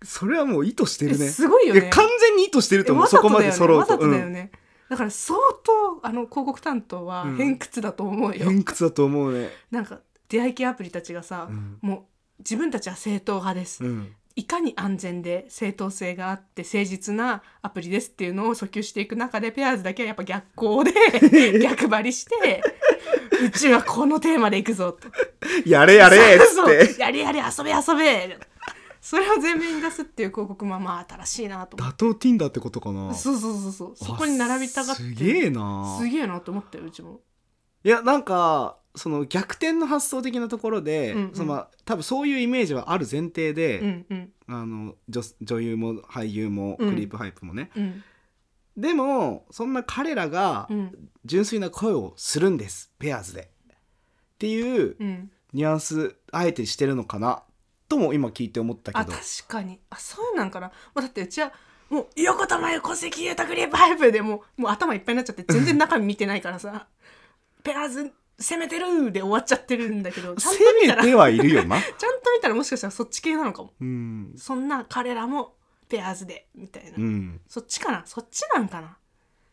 [SPEAKER 4] それはもう意図してるね
[SPEAKER 3] えすごいよね
[SPEAKER 4] いや完全に意図してると
[SPEAKER 3] え
[SPEAKER 4] 思う
[SPEAKER 3] わ
[SPEAKER 4] そ
[SPEAKER 3] ざ
[SPEAKER 4] ことま
[SPEAKER 3] だ
[SPEAKER 4] で
[SPEAKER 3] よね
[SPEAKER 4] 揃
[SPEAKER 3] わ
[SPEAKER 4] うと
[SPEAKER 3] ざと
[SPEAKER 4] う
[SPEAKER 3] だよ
[SPEAKER 4] ん
[SPEAKER 3] ね、だから相当あの広告担当は
[SPEAKER 4] うん
[SPEAKER 3] 偏屈だと思うよ、
[SPEAKER 4] 偏屈だと思うね
[SPEAKER 3] なんか出会い系アプリたちがさ、
[SPEAKER 4] うん
[SPEAKER 3] もう自分たちは正当派です、
[SPEAKER 4] うん
[SPEAKER 3] いかに安全で正当性があって誠実なアプリですっていうのを訴求していく中でペアーズだけはやっぱ逆光 で逆張りしてうちはこのテーマでいくぞと
[SPEAKER 4] やれやれっつって
[SPEAKER 3] そうやれやれ遊べ遊べそれを全面に出すっていう広告もまあ新しいなと思
[SPEAKER 4] 打
[SPEAKER 3] っ
[SPEAKER 4] 倒 Tinder ってことかな
[SPEAKER 3] てそうそうそうそうそこに並びたがって
[SPEAKER 4] あすげえな
[SPEAKER 3] すげえなと思ったようちも
[SPEAKER 4] いやなんかその逆転の発想的なところで、
[SPEAKER 3] うんうん
[SPEAKER 4] そのまあ多分そういうイメージはある前提で、
[SPEAKER 3] うんうん
[SPEAKER 4] あの女女優も俳優も
[SPEAKER 3] うん
[SPEAKER 4] クリープハイプもね、
[SPEAKER 3] うん
[SPEAKER 4] でもそんな彼らが
[SPEAKER 3] うん
[SPEAKER 4] 純粋な声をするんです、ペアーズでっていう
[SPEAKER 3] うん
[SPEAKER 4] ニュアンスあえてしてるのかなとも今聞いて思った
[SPEAKER 3] あ
[SPEAKER 4] けど
[SPEAKER 3] 確かにあそういうなんかなもうだってうちはもう横田真由戸籍優太グリープハイプでもうもう頭いっぱいになっちゃって全然中身見てないか らさペアーズ攻めてるで終わっちゃってるんだけどちゃんと
[SPEAKER 4] せ
[SPEAKER 3] 見
[SPEAKER 4] め
[SPEAKER 3] たらち
[SPEAKER 4] てはいるよ な
[SPEAKER 3] ゃんと見たらもしかしたらそっち系なのかも
[SPEAKER 4] うん
[SPEAKER 3] そんな彼らもペアーズでみたいな、
[SPEAKER 4] うん
[SPEAKER 3] そっちかなそっちなんかな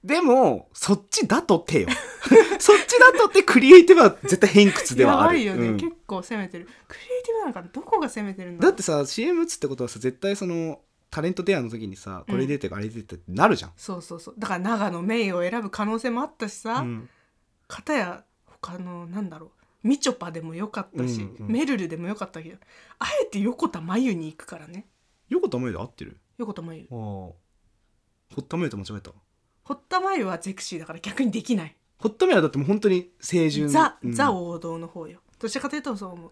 [SPEAKER 4] でもそっちだとてよ そっちだとてクリエイティブは絶対偏屈で
[SPEAKER 3] や
[SPEAKER 4] はあ
[SPEAKER 3] ば
[SPEAKER 4] る
[SPEAKER 3] いよね、
[SPEAKER 4] うん
[SPEAKER 3] 結構攻めてるクリエイティブなのかなどこが攻めてるんだ
[SPEAKER 4] だ
[SPEAKER 3] ろ
[SPEAKER 4] っ
[SPEAKER 3] う
[SPEAKER 4] てさ CM 打つってことはさ絶対そのタレントペアの時にさこれ出てるあれ出てるってなるじゃん、
[SPEAKER 3] そうそうそうだから長野メイを選ぶ可能性もあったしさ、
[SPEAKER 4] うん
[SPEAKER 3] 片や他のなんだろうみちょぱでもよかったし、
[SPEAKER 4] うんうん
[SPEAKER 3] めるるでもよかったけどあえて横田真由に行くからね
[SPEAKER 4] 横田真由で合ってる
[SPEAKER 3] 横田真由
[SPEAKER 4] ああ堀田真由と間違えた
[SPEAKER 3] 堀田真由はゼクシーだから逆にできない
[SPEAKER 4] 堀田真由はだってもう本当に清純
[SPEAKER 3] ザ、
[SPEAKER 4] うん
[SPEAKER 3] ザ王道の方よどちらかというとそう思う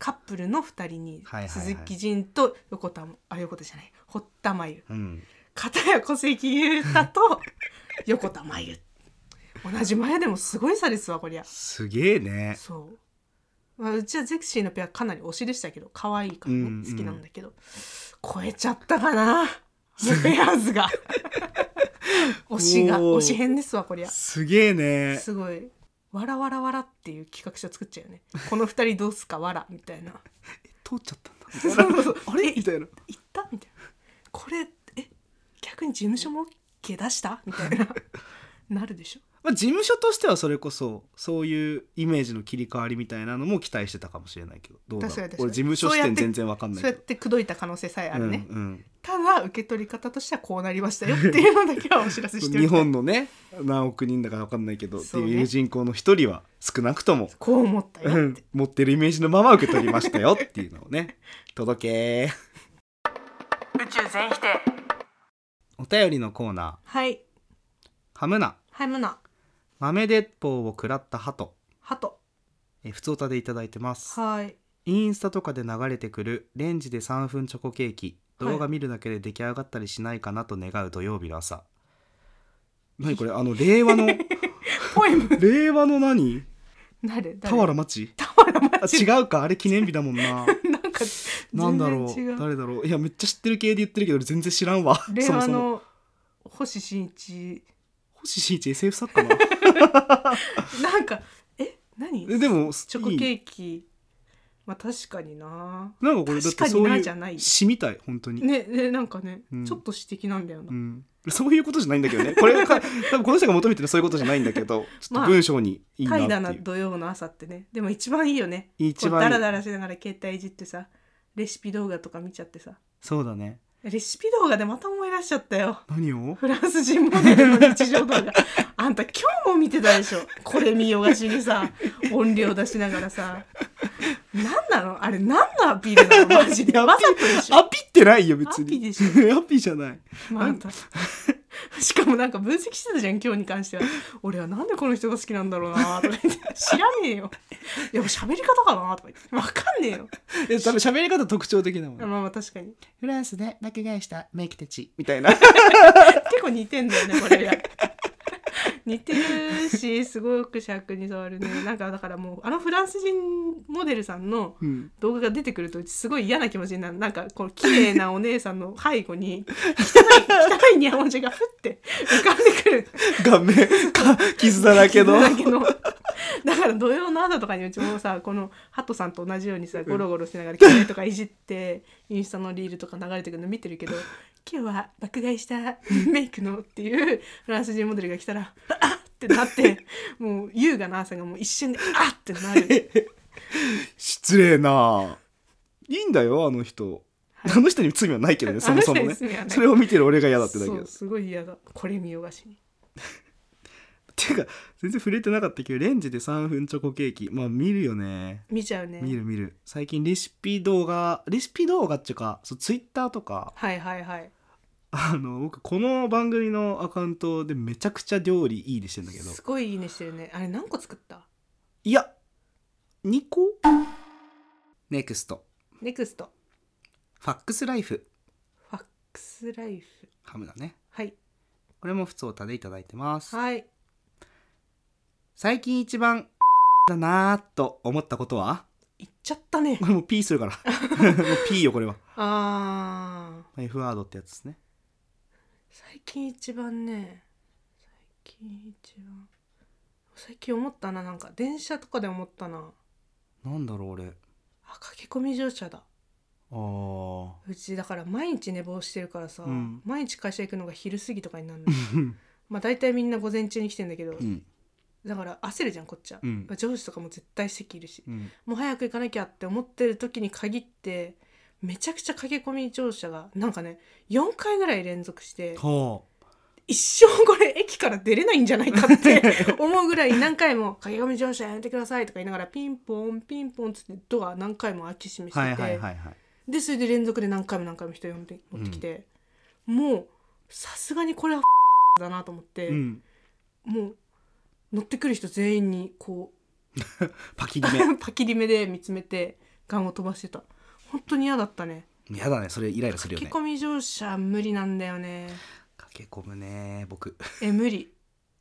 [SPEAKER 3] カップルの2人に、
[SPEAKER 4] はいはいはい
[SPEAKER 3] 鈴木仁と横田もあ横田じゃない堀田真由
[SPEAKER 4] うん
[SPEAKER 3] 片や小関裕太と横田真由同じ前でもすごい差ですわこりゃ
[SPEAKER 4] すげえね
[SPEAKER 3] そう、まあ、うちはゼクシーのペアかなり推しでしたけど可愛いからね、
[SPEAKER 4] うんうん
[SPEAKER 3] 好きなんだけど超えちゃった かなペアーズが推しが
[SPEAKER 4] おー
[SPEAKER 3] 推し編ですわこりゃ
[SPEAKER 4] すげえね
[SPEAKER 3] すごい「わらわらわら」っていう企画書作っちゃうよねこの二人どうすかわらみたいな
[SPEAKER 4] 通っちゃったんだ
[SPEAKER 3] そうそうそう
[SPEAKER 4] あれ
[SPEAKER 3] え
[SPEAKER 4] みたいな
[SPEAKER 3] 行ったみたいなこれえ逆に事務所も OK 出したみ たいななるでしょ
[SPEAKER 4] まあ事務所としてはそれこそそういうイメージの切り替わりみたいなのも期待してたかもしれないけどどうだろ
[SPEAKER 3] 確か
[SPEAKER 4] う
[SPEAKER 3] に確かに
[SPEAKER 4] 俺事務所視点全然わかんない
[SPEAKER 3] そう
[SPEAKER 4] け
[SPEAKER 3] やっ
[SPEAKER 4] ど
[SPEAKER 3] て口説いた可能性さえあるね、
[SPEAKER 4] うんうん
[SPEAKER 3] ただ受け取り方としてはこうなりましたよっていうのだけはお知らせして
[SPEAKER 4] 日
[SPEAKER 3] おきたい
[SPEAKER 4] 本のね何億人だか分かんないけど、って
[SPEAKER 3] そうね
[SPEAKER 4] いう人口の一人は少なくとも、
[SPEAKER 3] こう思ったよっ
[SPEAKER 4] う
[SPEAKER 3] て、
[SPEAKER 4] ん持ってるイメージのまま受け取りましたよっていうのを ね届け
[SPEAKER 1] 宇宙全否定
[SPEAKER 4] お便りのコーナ
[SPEAKER 3] はい
[SPEAKER 4] ー「ハムナ
[SPEAKER 3] はいむな
[SPEAKER 4] 豆鉄砲を食らった鳩
[SPEAKER 3] ハト」
[SPEAKER 4] えふつおたでいただいてます
[SPEAKER 3] はい
[SPEAKER 4] インスタとかで流れてくるレンジで3分チョコケーキ
[SPEAKER 3] はい
[SPEAKER 4] 動画見るだけで出 来上がったりしないかなと願う土曜日の朝、何これあの令和の
[SPEAKER 3] ポエム
[SPEAKER 4] 令和の何
[SPEAKER 3] 誰誰
[SPEAKER 4] 俵町
[SPEAKER 3] 俵
[SPEAKER 4] あ
[SPEAKER 3] 町
[SPEAKER 4] 違うかあれ記念日だもんな
[SPEAKER 3] なんか
[SPEAKER 4] なんだろ
[SPEAKER 3] 全然違
[SPEAKER 4] う
[SPEAKER 3] う
[SPEAKER 4] 誰だろういやめっちゃ知ってる系で言ってるけど俺全然知らんわ
[SPEAKER 3] 令
[SPEAKER 4] そも
[SPEAKER 3] 和
[SPEAKER 4] そも
[SPEAKER 3] の星新一
[SPEAKER 4] 星新一 SF 作家 な
[SPEAKER 3] なんかえ何
[SPEAKER 4] えでも
[SPEAKER 3] チョコケ
[SPEAKER 4] いい
[SPEAKER 3] ーキまあ確かにな
[SPEAKER 4] なんかこれだっ
[SPEAKER 3] 確
[SPEAKER 4] て
[SPEAKER 3] か
[SPEAKER 4] そ
[SPEAKER 3] に
[SPEAKER 4] う
[SPEAKER 3] ないじゃないう
[SPEAKER 4] 詩みたい本当に、
[SPEAKER 3] ねねなんかね、
[SPEAKER 4] うん
[SPEAKER 3] ちょっと私的なんだよな、
[SPEAKER 4] うん、そういうことじゃないんだけどねこ れか多分この人が求めてるそういうことじゃないんだけどちょっ
[SPEAKER 3] まあ
[SPEAKER 4] と文章にいいなってい
[SPEAKER 3] 怠
[SPEAKER 4] う、
[SPEAKER 3] 惰な土曜の朝ってねでも一番いいよね
[SPEAKER 4] 一
[SPEAKER 3] こうダ
[SPEAKER 4] 番い
[SPEAKER 3] ラ
[SPEAKER 4] い
[SPEAKER 3] ダラしながら携帯いじってさレシピ動画とか見ちゃってさ
[SPEAKER 4] そうだね
[SPEAKER 3] レシピ動画でまた思い出しちゃったよ
[SPEAKER 4] 何を
[SPEAKER 3] フランス人モデルの日常動 画あんた今日も見てたでしょこれ見よがしにさ音量出しながらさなんなのあれ何のアピールな のマジでわざとでしょ
[SPEAKER 4] アピってないよ別に
[SPEAKER 3] アピでし
[SPEAKER 4] アピじゃない
[SPEAKER 3] まあ、あんたしかもなんか分析してたじゃん今日に関しては俺はなんでこの人が好きなんだろうなとか言って知らねえよいや喋り方かなとか言ってわかんねえよ
[SPEAKER 4] え多分喋り方特徴的だもん、
[SPEAKER 3] まあまあ確かに
[SPEAKER 4] フランスで仲買いしたメイクたちみたいな
[SPEAKER 3] 結構似てんだよねこれが似てるしすごく尺に触るねなんかだからもうあのフランス人モデルさんの
[SPEAKER 4] うん
[SPEAKER 3] 動画が出てくるとすごい嫌な気持ちになるなんかこう綺麗なお姉さんの背後に汚い汚い日本人がふって浮かんでくる
[SPEAKER 4] 顔面か傷だらけの
[SPEAKER 3] だけどだから土曜の朝とかにうちもさこのハトさんと同じようにさゴロゴロしながら携帯とかいじってインスタのリールとか流れてくるの見てる けど今日は爆買いしたメイクのっていうフランス人モデルが来たら「あっ!」ってなってもう優雅な朝がもう一瞬で「あっ!」ってなる
[SPEAKER 4] 失礼ないいんだよあの人、あの人に罪はないけどねそもそも
[SPEAKER 3] あの
[SPEAKER 4] ね
[SPEAKER 3] 人に罪はない
[SPEAKER 4] それを見てる俺が嫌だってだけ
[SPEAKER 3] そ
[SPEAKER 4] で
[SPEAKER 3] う
[SPEAKER 4] す
[SPEAKER 3] すごい嫌だこれ見よがしに
[SPEAKER 4] ていうか全然触れてなかったけどレンジで3分チョコケーキまあ見るよね
[SPEAKER 3] 見ちゃうね
[SPEAKER 4] 見る見る最近レシピ動画レシピ動画っていうかそうツイッターとか
[SPEAKER 3] はいはいはい
[SPEAKER 4] あの僕この番組のアカウントでめちゃくちゃ料理いいでしてんだけど
[SPEAKER 3] すごいいいねしてるねあれ何個作った
[SPEAKER 4] いや2個ネクスト
[SPEAKER 3] ネクスト
[SPEAKER 4] ファックスライフ
[SPEAKER 3] ファックスライフ
[SPEAKER 4] ハムだね
[SPEAKER 3] はい
[SPEAKER 4] これも普通おたでいただいてます
[SPEAKER 3] はい
[SPEAKER 4] 最近一番だなーと思ったことは
[SPEAKER 3] 行っちゃったね
[SPEAKER 4] これもう P するから もう P よこれは
[SPEAKER 3] あー
[SPEAKER 4] F ワードってやつですね
[SPEAKER 3] 最近一番ね最近一番最近思ったななんか電車とかで思ったな
[SPEAKER 4] なんだろう俺あ
[SPEAKER 3] あ駆け込み乗車だ
[SPEAKER 4] ー
[SPEAKER 3] うちだから毎日寝坊してるからさ、
[SPEAKER 4] うん
[SPEAKER 3] 毎日会社行くのが昼過ぎとかになるの まあ大体みんな午前中に来てんだけ
[SPEAKER 4] う
[SPEAKER 3] ど、
[SPEAKER 4] ん
[SPEAKER 3] だから焦るじゃんこっちは、
[SPEAKER 4] うん
[SPEAKER 3] 上司とかも絶対席いるし
[SPEAKER 4] うん
[SPEAKER 3] もう早く行かなきゃって思ってる時に限ってめちゃくちゃ駆け込み乗車がなんかね4回ぐらい連続して
[SPEAKER 4] は
[SPEAKER 3] 一生これ駅から出れないんじゃないかって 思うぐらい何回も「駆け込み乗車やめてください」とか言いながらピンポンピンポンっつってドア何回も開け閉めし
[SPEAKER 4] あ
[SPEAKER 3] てて、
[SPEAKER 4] はいはいはいはい
[SPEAKER 3] でそれで連続で何回も何回も人呼んで持ってきて、もうさすがにこれはだなと思って、
[SPEAKER 4] うん
[SPEAKER 3] もう乗ってくる人全員にこ
[SPEAKER 4] パキ
[SPEAKER 3] う、
[SPEAKER 4] リメ
[SPEAKER 3] パキリ目で見つめてガンを飛ばしてた本当に嫌だったね
[SPEAKER 4] やだねそれイライラするよね
[SPEAKER 3] 駆け込み乗車無理なんだよね
[SPEAKER 4] 駆け込むね僕
[SPEAKER 3] え無理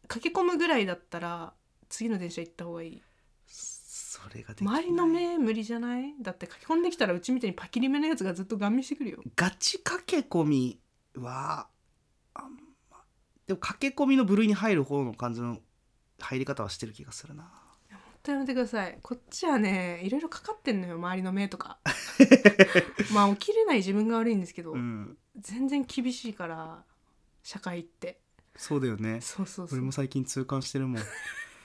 [SPEAKER 3] 駆け込むぐらいだったら次の電車行った方がいい
[SPEAKER 4] それができない
[SPEAKER 3] 周りの目無理じゃないだって書き込んできたらうちみたいにパキリ目のやつがずっとガン見してくるよ
[SPEAKER 4] ガチ駆け込みはあんまでも駆け込みの部類に入る方の感じの入り方はしてる気がするな
[SPEAKER 3] ほんとやめてくださいこっちはねいろいろかかってんのよ周りの目と かまあ起きれない自分が悪いんですけど、
[SPEAKER 4] うん
[SPEAKER 3] 全然厳しいから社会って
[SPEAKER 4] そうだよね
[SPEAKER 3] そうそうそ
[SPEAKER 4] 俺
[SPEAKER 3] う
[SPEAKER 4] も最近痛感してるもん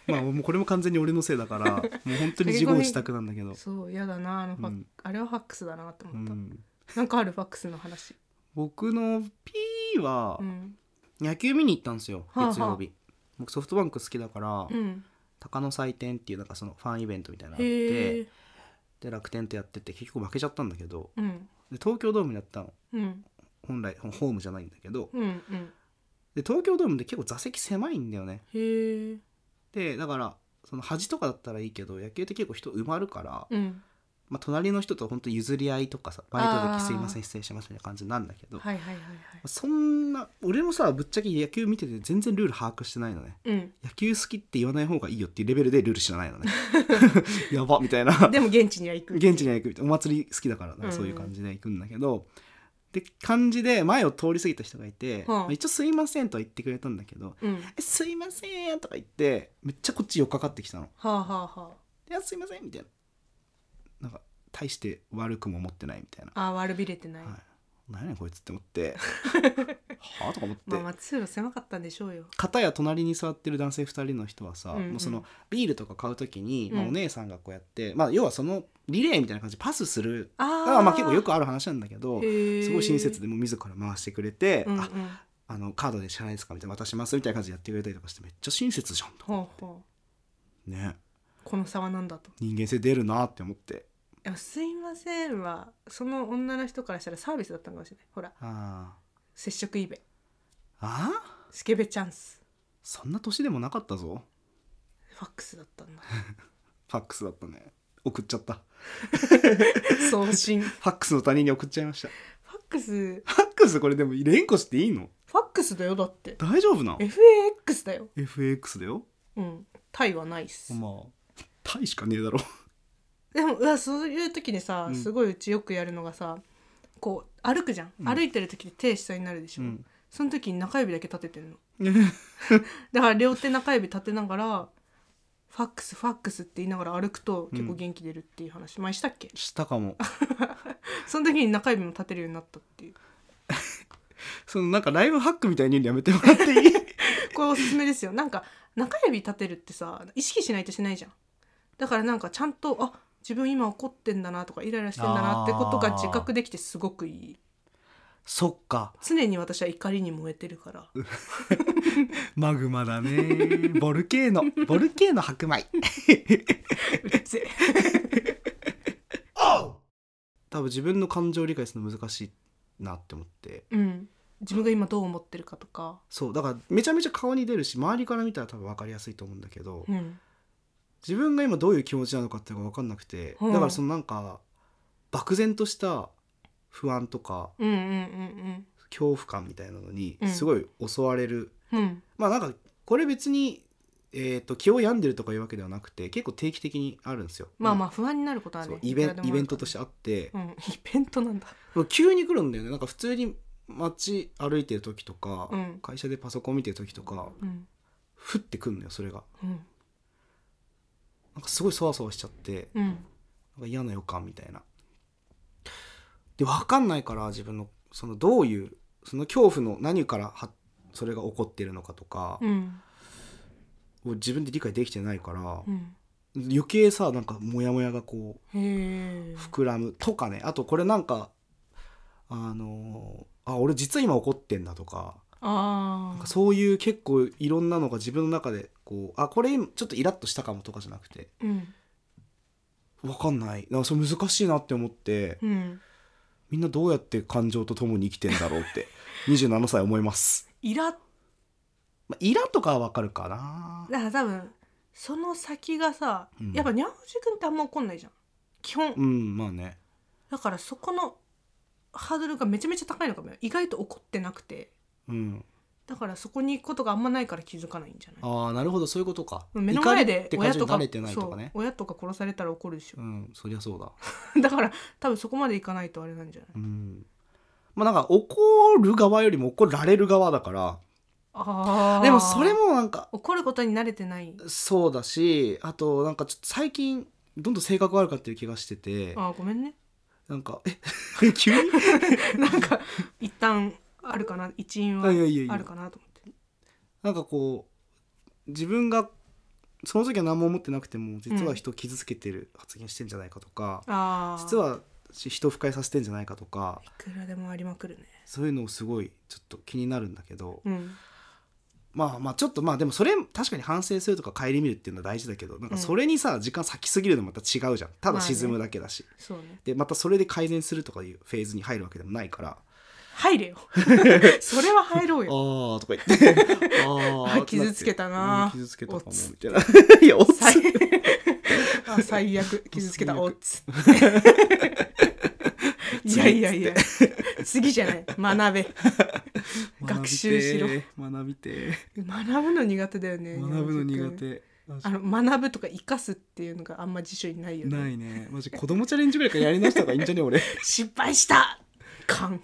[SPEAKER 4] まあもうこれも完全に俺のせいだ からもう本当に自業自得なんだけど、
[SPEAKER 3] そうやだなあのファッ、
[SPEAKER 4] うん
[SPEAKER 3] あれはファックスだなって
[SPEAKER 4] う
[SPEAKER 3] 思った、
[SPEAKER 4] ん、
[SPEAKER 3] なんかあるファックスの話
[SPEAKER 4] 僕の P は
[SPEAKER 3] うん
[SPEAKER 4] 野球見に行ったんですよ、
[SPEAKER 3] はあはあ
[SPEAKER 4] 月曜日僕ソフトバンク好きだから、
[SPEAKER 3] うん
[SPEAKER 4] 鷹の祭典っていうなんかそのファンイベントみたいなのあって
[SPEAKER 3] へえ
[SPEAKER 4] で楽天とやってて結局負けちゃったんだけど
[SPEAKER 3] うん
[SPEAKER 4] で東京ドームでやったの
[SPEAKER 3] うん
[SPEAKER 4] 本来ホホームじゃないんだけど
[SPEAKER 3] うんうん
[SPEAKER 4] で東京ドームで結構座席狭いんだよね
[SPEAKER 3] へえ
[SPEAKER 4] でだからその端とかだったらいいけど野球って結構人埋まるから
[SPEAKER 3] うん
[SPEAKER 4] まあ、隣の人と本当譲り合いとかさ「バイトの時すいません失礼します」みたいな感じなんだけど、
[SPEAKER 3] はいはいはいはい
[SPEAKER 4] そんな俺もさぶっちゃけ野球見てて全然ルール把握してないのね
[SPEAKER 3] うん
[SPEAKER 4] 野球好きって言わない方がいいよっていうレベルでルール知らないの ねやばみたいな
[SPEAKER 3] でも現地には行く
[SPEAKER 4] 現地には行くみたいなお祭り好きだからなんかそういう感じで行くんだけど、で感じで前を通り過ぎた人がいて「
[SPEAKER 3] うん
[SPEAKER 4] まあ一応すいません」とは言ってくれたんだけど
[SPEAKER 3] うんは
[SPEAKER 4] 「えすいません」とか言ってめっちゃこっち寄っかかってきたの
[SPEAKER 3] あはあは
[SPEAKER 4] 「いやすいません」みたいななんか大して悪くも思ってないみたいな
[SPEAKER 3] ああー悪びれて
[SPEAKER 4] 「
[SPEAKER 3] ない、
[SPEAKER 4] はい、何やねんこいつ」って思 って「はあ?」とか思って。
[SPEAKER 3] まあまあ通路狭かったんでしょうよ
[SPEAKER 4] 片や隣に座ってる男性2人の人はさ、
[SPEAKER 3] うんうん
[SPEAKER 4] もうそのビールとか買う時に、まあ
[SPEAKER 3] うん
[SPEAKER 4] お姉さんがこうやって、まあ、要はそのリレーみたいな感じでパスする
[SPEAKER 3] あ
[SPEAKER 4] がまあ結構よくある話なんだけどす
[SPEAKER 3] す
[SPEAKER 4] ごい親切でもう自ら回してくれて「
[SPEAKER 3] うんうん
[SPEAKER 4] ああのカードで支払いですか?」みたいな「渡します」みたいな感じでやってくれたりとかしてめっちゃ親切じゃんと
[SPEAKER 3] ほうほ
[SPEAKER 4] ね
[SPEAKER 3] うこの差は何だと
[SPEAKER 4] 人間性出るなって思って
[SPEAKER 3] でもすいませんはその女の人からしたらサービスだったのかもしれないほら
[SPEAKER 4] あ
[SPEAKER 3] 接触イベ
[SPEAKER 4] ーあー
[SPEAKER 3] スケベチャンス
[SPEAKER 4] そんな年でもなかったぞ
[SPEAKER 3] ファックスだっ たんだ
[SPEAKER 4] ファックスだったね送っちゃった
[SPEAKER 3] 送信フ
[SPEAKER 4] ファックスの他人に送っちゃいました
[SPEAKER 3] ァックス
[SPEAKER 4] ファックスこれでも連呼していいの
[SPEAKER 3] ファックスだよだって
[SPEAKER 4] 大丈夫なの
[SPEAKER 3] FAX だよ
[SPEAKER 4] FX だよ
[SPEAKER 3] うんタイはないっす
[SPEAKER 4] まあタイしかねえだろ
[SPEAKER 3] でもうわそういう時にさ
[SPEAKER 4] うん
[SPEAKER 3] すごいうちよくやるのがさ、こう歩くじゃん、
[SPEAKER 4] うん
[SPEAKER 3] 歩いてる時って手下になるでしょ、
[SPEAKER 4] うん
[SPEAKER 3] その時に中指だけ立ててんのだから両手中指立てながらファックスファックスって言いながら歩くと結構元気出るっていう話、前したっけ
[SPEAKER 4] したかも
[SPEAKER 3] その時に中指も立てるようになったっていう
[SPEAKER 4] そのなんかライブハックみたいに言うのやめてもらっていい
[SPEAKER 3] これおすすめですよなんか中指立てるってさ意識しないとしないじゃんだからなんかちゃんとあ自分今怒ってんだなとかイライラしてんだなってことが自覚できてすごくいい
[SPEAKER 4] そっか
[SPEAKER 3] 常に私は怒りに燃えてるから
[SPEAKER 4] マグマだ ねボルケーノボルケーノ白 米多分自分の感情を理解するの難しいなって思って
[SPEAKER 3] うん、自分が今どう思ってるかとか、
[SPEAKER 4] そうだからめちゃめちゃ顔に出るし周りから見たら多分分かりやすいと思うんだけど
[SPEAKER 3] うん、
[SPEAKER 4] 自分が今どういう気持ちなのかっていうのが分かんなくて
[SPEAKER 3] うん
[SPEAKER 4] だからそのなんか漠然とした不安とか
[SPEAKER 3] うんうんうん
[SPEAKER 4] 恐怖感みたいなのに
[SPEAKER 3] うん
[SPEAKER 4] すごい襲われる、
[SPEAKER 3] うんうん
[SPEAKER 4] まあなんかこれ別に、えー、と気を病んでるとかいうわけではなくて結構定期的にあるんですよ。
[SPEAKER 3] まあまあ不安になることは
[SPEAKER 4] そ
[SPEAKER 3] ね
[SPEAKER 4] うイベ
[SPEAKER 3] いくら
[SPEAKER 4] ン
[SPEAKER 3] でも
[SPEAKER 4] イ
[SPEAKER 3] あるから
[SPEAKER 4] ベントとしてあって、
[SPEAKER 3] うん、イベントなんだ
[SPEAKER 4] 急に来るんだよねなんか普通に街歩いてる時とか、
[SPEAKER 3] うん
[SPEAKER 4] 会社でパソコン見てる時とか
[SPEAKER 3] うん
[SPEAKER 4] 降ってくんのよそれが
[SPEAKER 3] うん
[SPEAKER 4] なんかすごいそわそわしちゃって
[SPEAKER 3] うん
[SPEAKER 4] なんか嫌な予感みたいなで分かんないから自分のそのどういうその恐怖の何からはそれが起こってるのかとか
[SPEAKER 3] うん
[SPEAKER 4] を自分で理解できてないから、
[SPEAKER 3] うん
[SPEAKER 4] 余計さなんかモヤモヤがこ
[SPEAKER 3] へえ
[SPEAKER 4] う膨らむとかねあとこれなんかあのーあ俺実は今怒ってんだとか
[SPEAKER 3] あ
[SPEAKER 4] なんか
[SPEAKER 3] あ
[SPEAKER 4] そういう結構いろんなのが自分の中でこうあこれ今ちょっとイラッとしたかもとかじゃなくて
[SPEAKER 3] うん
[SPEAKER 4] 分かんないだからそれ難しいなって思って
[SPEAKER 3] うん
[SPEAKER 4] みんなどうやって感情とともに生きてんだろうって 27歳思います、
[SPEAKER 3] イラッ
[SPEAKER 4] まあ、イラとかは分かるかな
[SPEAKER 3] だから多分その先がさ、
[SPEAKER 4] うん
[SPEAKER 3] やっぱにゃんおじくんってあんま怒んないじゃん基本、
[SPEAKER 4] うんまあね
[SPEAKER 3] だからそこのハードルがめちゃめちゃ高いのかもよ意外と怒ってなくて
[SPEAKER 4] うん
[SPEAKER 3] だからそこに行くことがあんまないから気づかないんじゃない
[SPEAKER 4] ああなるほどそういうことか
[SPEAKER 3] 目の前
[SPEAKER 4] 怒りっ
[SPEAKER 3] で
[SPEAKER 4] て感
[SPEAKER 3] 親
[SPEAKER 4] じに
[SPEAKER 3] とか
[SPEAKER 4] 慣れてないとかね
[SPEAKER 3] そう親とか殺されたら怒るでしょ
[SPEAKER 4] う、んそりゃそうだ
[SPEAKER 3] だから多分そこまでいかないとあれなんじゃない
[SPEAKER 4] うんまあなんか怒る側よりも怒られる側だから
[SPEAKER 3] あー
[SPEAKER 4] でもそれもなんか
[SPEAKER 3] 怒ることに慣れてない
[SPEAKER 4] そうだしあとなんかちょっと最近どんどん性格悪かってる気がしてて
[SPEAKER 3] あーごめんね
[SPEAKER 4] なんかえ 急に
[SPEAKER 3] なんか一旦あるかな一因は
[SPEAKER 4] あいやいやいや
[SPEAKER 3] あるかなと思って
[SPEAKER 4] なんかこう自分がその時は何も思ってなくても実は人を傷つけてる発言してんじゃないかとか、
[SPEAKER 3] ああ
[SPEAKER 4] 実は人を不快させてんじゃないかとか
[SPEAKER 3] いくらでもありまくるね
[SPEAKER 4] そういうのをすごいちょっと気になるんだけど、
[SPEAKER 3] うん
[SPEAKER 4] まあまあちょっとまあでもそれ確かに反省するとか顧みるっていうのは大事だけどなんかそれにさ、時間先すぎるのまた違うじゃんただ沈むだけだし、
[SPEAKER 3] そうね
[SPEAKER 4] でまたそれで改善するとかいうフェーズに入るわけでもないから。
[SPEAKER 3] 入れよそれは入ろうよ
[SPEAKER 4] あーとか言って あー
[SPEAKER 3] あ傷つけたな
[SPEAKER 4] うん傷つけたかも
[SPEAKER 3] おつ
[SPEAKER 4] みたいないやおつ
[SPEAKER 3] 最ああ最悪傷つけた
[SPEAKER 4] 最悪
[SPEAKER 3] おっつ っていやいやいや次じゃない学べ学習しろ
[SPEAKER 4] 学びて
[SPEAKER 3] 学ぶの苦手だよね
[SPEAKER 4] ー学ぶの
[SPEAKER 3] 山
[SPEAKER 4] 苦
[SPEAKER 3] 口君
[SPEAKER 4] 手
[SPEAKER 3] あの学ぶとか生かすっていうのがあんま辞書にないよね
[SPEAKER 4] ないねマジ子供チャレンジぐらいからやり直した方がいいんじゃね 俺
[SPEAKER 3] 失敗した勘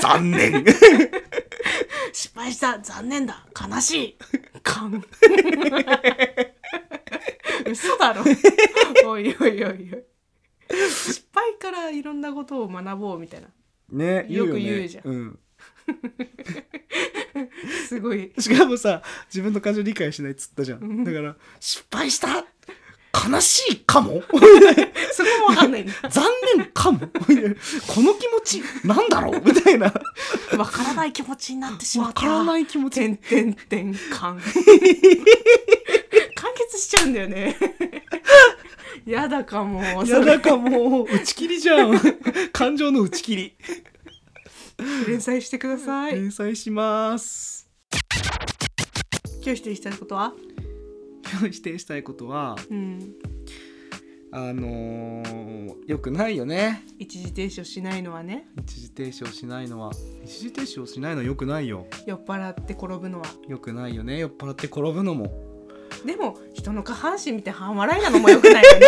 [SPEAKER 4] 残念
[SPEAKER 3] 失敗した残念だ悲し い勘 嘘 だろおいおいおいおい失敗からいろんなことを学ぼうみたいな
[SPEAKER 4] ね
[SPEAKER 3] よく
[SPEAKER 4] ね
[SPEAKER 3] 言うじゃん
[SPEAKER 4] うん、
[SPEAKER 3] すごい
[SPEAKER 4] しかもさ自分の感情理解しないっつったじゃんだから失敗した悲しいか も
[SPEAKER 3] そこもわかんない な
[SPEAKER 4] 残念かも この気持ちなんだろうみたいな
[SPEAKER 3] わからない気持ちになってしま
[SPEAKER 4] わ
[SPEAKER 3] った
[SPEAKER 4] からない気持
[SPEAKER 3] て
[SPEAKER 4] ち
[SPEAKER 3] んてんてんかん完結しちゃうんだ よねやだかも
[SPEAKER 4] やだかもう打ち切りじゃん 感情の打ち切り
[SPEAKER 3] それ連載してください今
[SPEAKER 4] 連載します
[SPEAKER 3] 日指定したいことは
[SPEAKER 4] 今日指定したいことは
[SPEAKER 3] うん
[SPEAKER 4] あのー、よくないよね
[SPEAKER 3] 一時停止をしないのはね
[SPEAKER 4] 一時停止をしないのは一時停止をしないのはよくないよ
[SPEAKER 3] 酔っ払って転ぶのは
[SPEAKER 4] よくないよね酔っ払って転ぶのも
[SPEAKER 3] でも人の下半身見て半笑いなのもよくないよね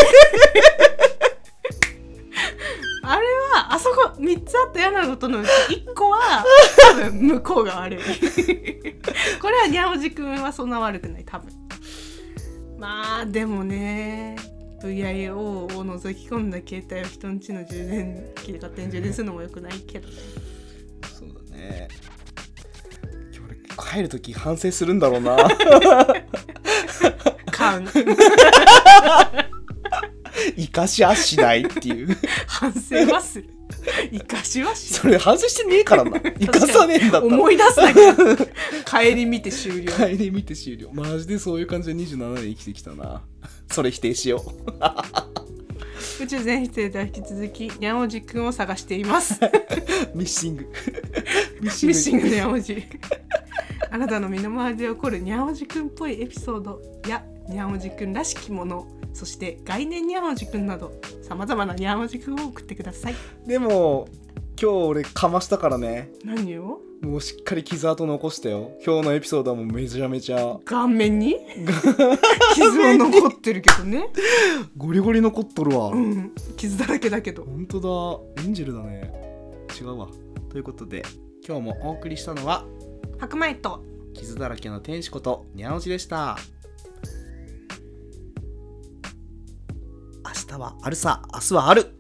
[SPEAKER 3] あれはあそこ3つあった嫌なことのうち1個は多分向こうが悪いこれはにゃおじくんはそんな悪くない多分まあでもね VIO を覗き込んだ携帯を人んちの充電器で勝手に充電するのもよくないけどね
[SPEAKER 4] そうだね今日俺帰る時反省するんだろうな
[SPEAKER 3] 勘
[SPEAKER 4] 生かしはしないっていう
[SPEAKER 3] 反省はする生かしはしない
[SPEAKER 4] それ反省してねえからな生かさねえんだったら
[SPEAKER 3] 思い出すだけ帰り見て終了
[SPEAKER 4] 帰り見て終了マジでそういう感じで27年生きてきたなそれ否定しよう
[SPEAKER 3] 宇宙全否定では引き続きにゃおじくんを探しています
[SPEAKER 4] ミッシン グミッシン
[SPEAKER 3] ミッシングのにゃおじ あなたの身の回りで起こるにゃおじくんっぽいエピソードやにゃおじくんらしきものそして概念にゃおじくんなどさまざまなにゃおじくんを送ってください
[SPEAKER 4] でも今日俺かましたからね
[SPEAKER 3] 何を
[SPEAKER 4] もうしっかり傷跡残したよ今日のエピソードはもうめちゃめちゃ
[SPEAKER 3] 顔面に傷は残ってるけどね、
[SPEAKER 4] ゴリゴリ残っとるわ、
[SPEAKER 3] うん、傷だらけだけど
[SPEAKER 4] 本当だエンジェルだね違うわということで今日もお送りしたのは
[SPEAKER 3] 白米と
[SPEAKER 4] 傷だらけの天使ことにゃおじでした明日はあるさ明日はある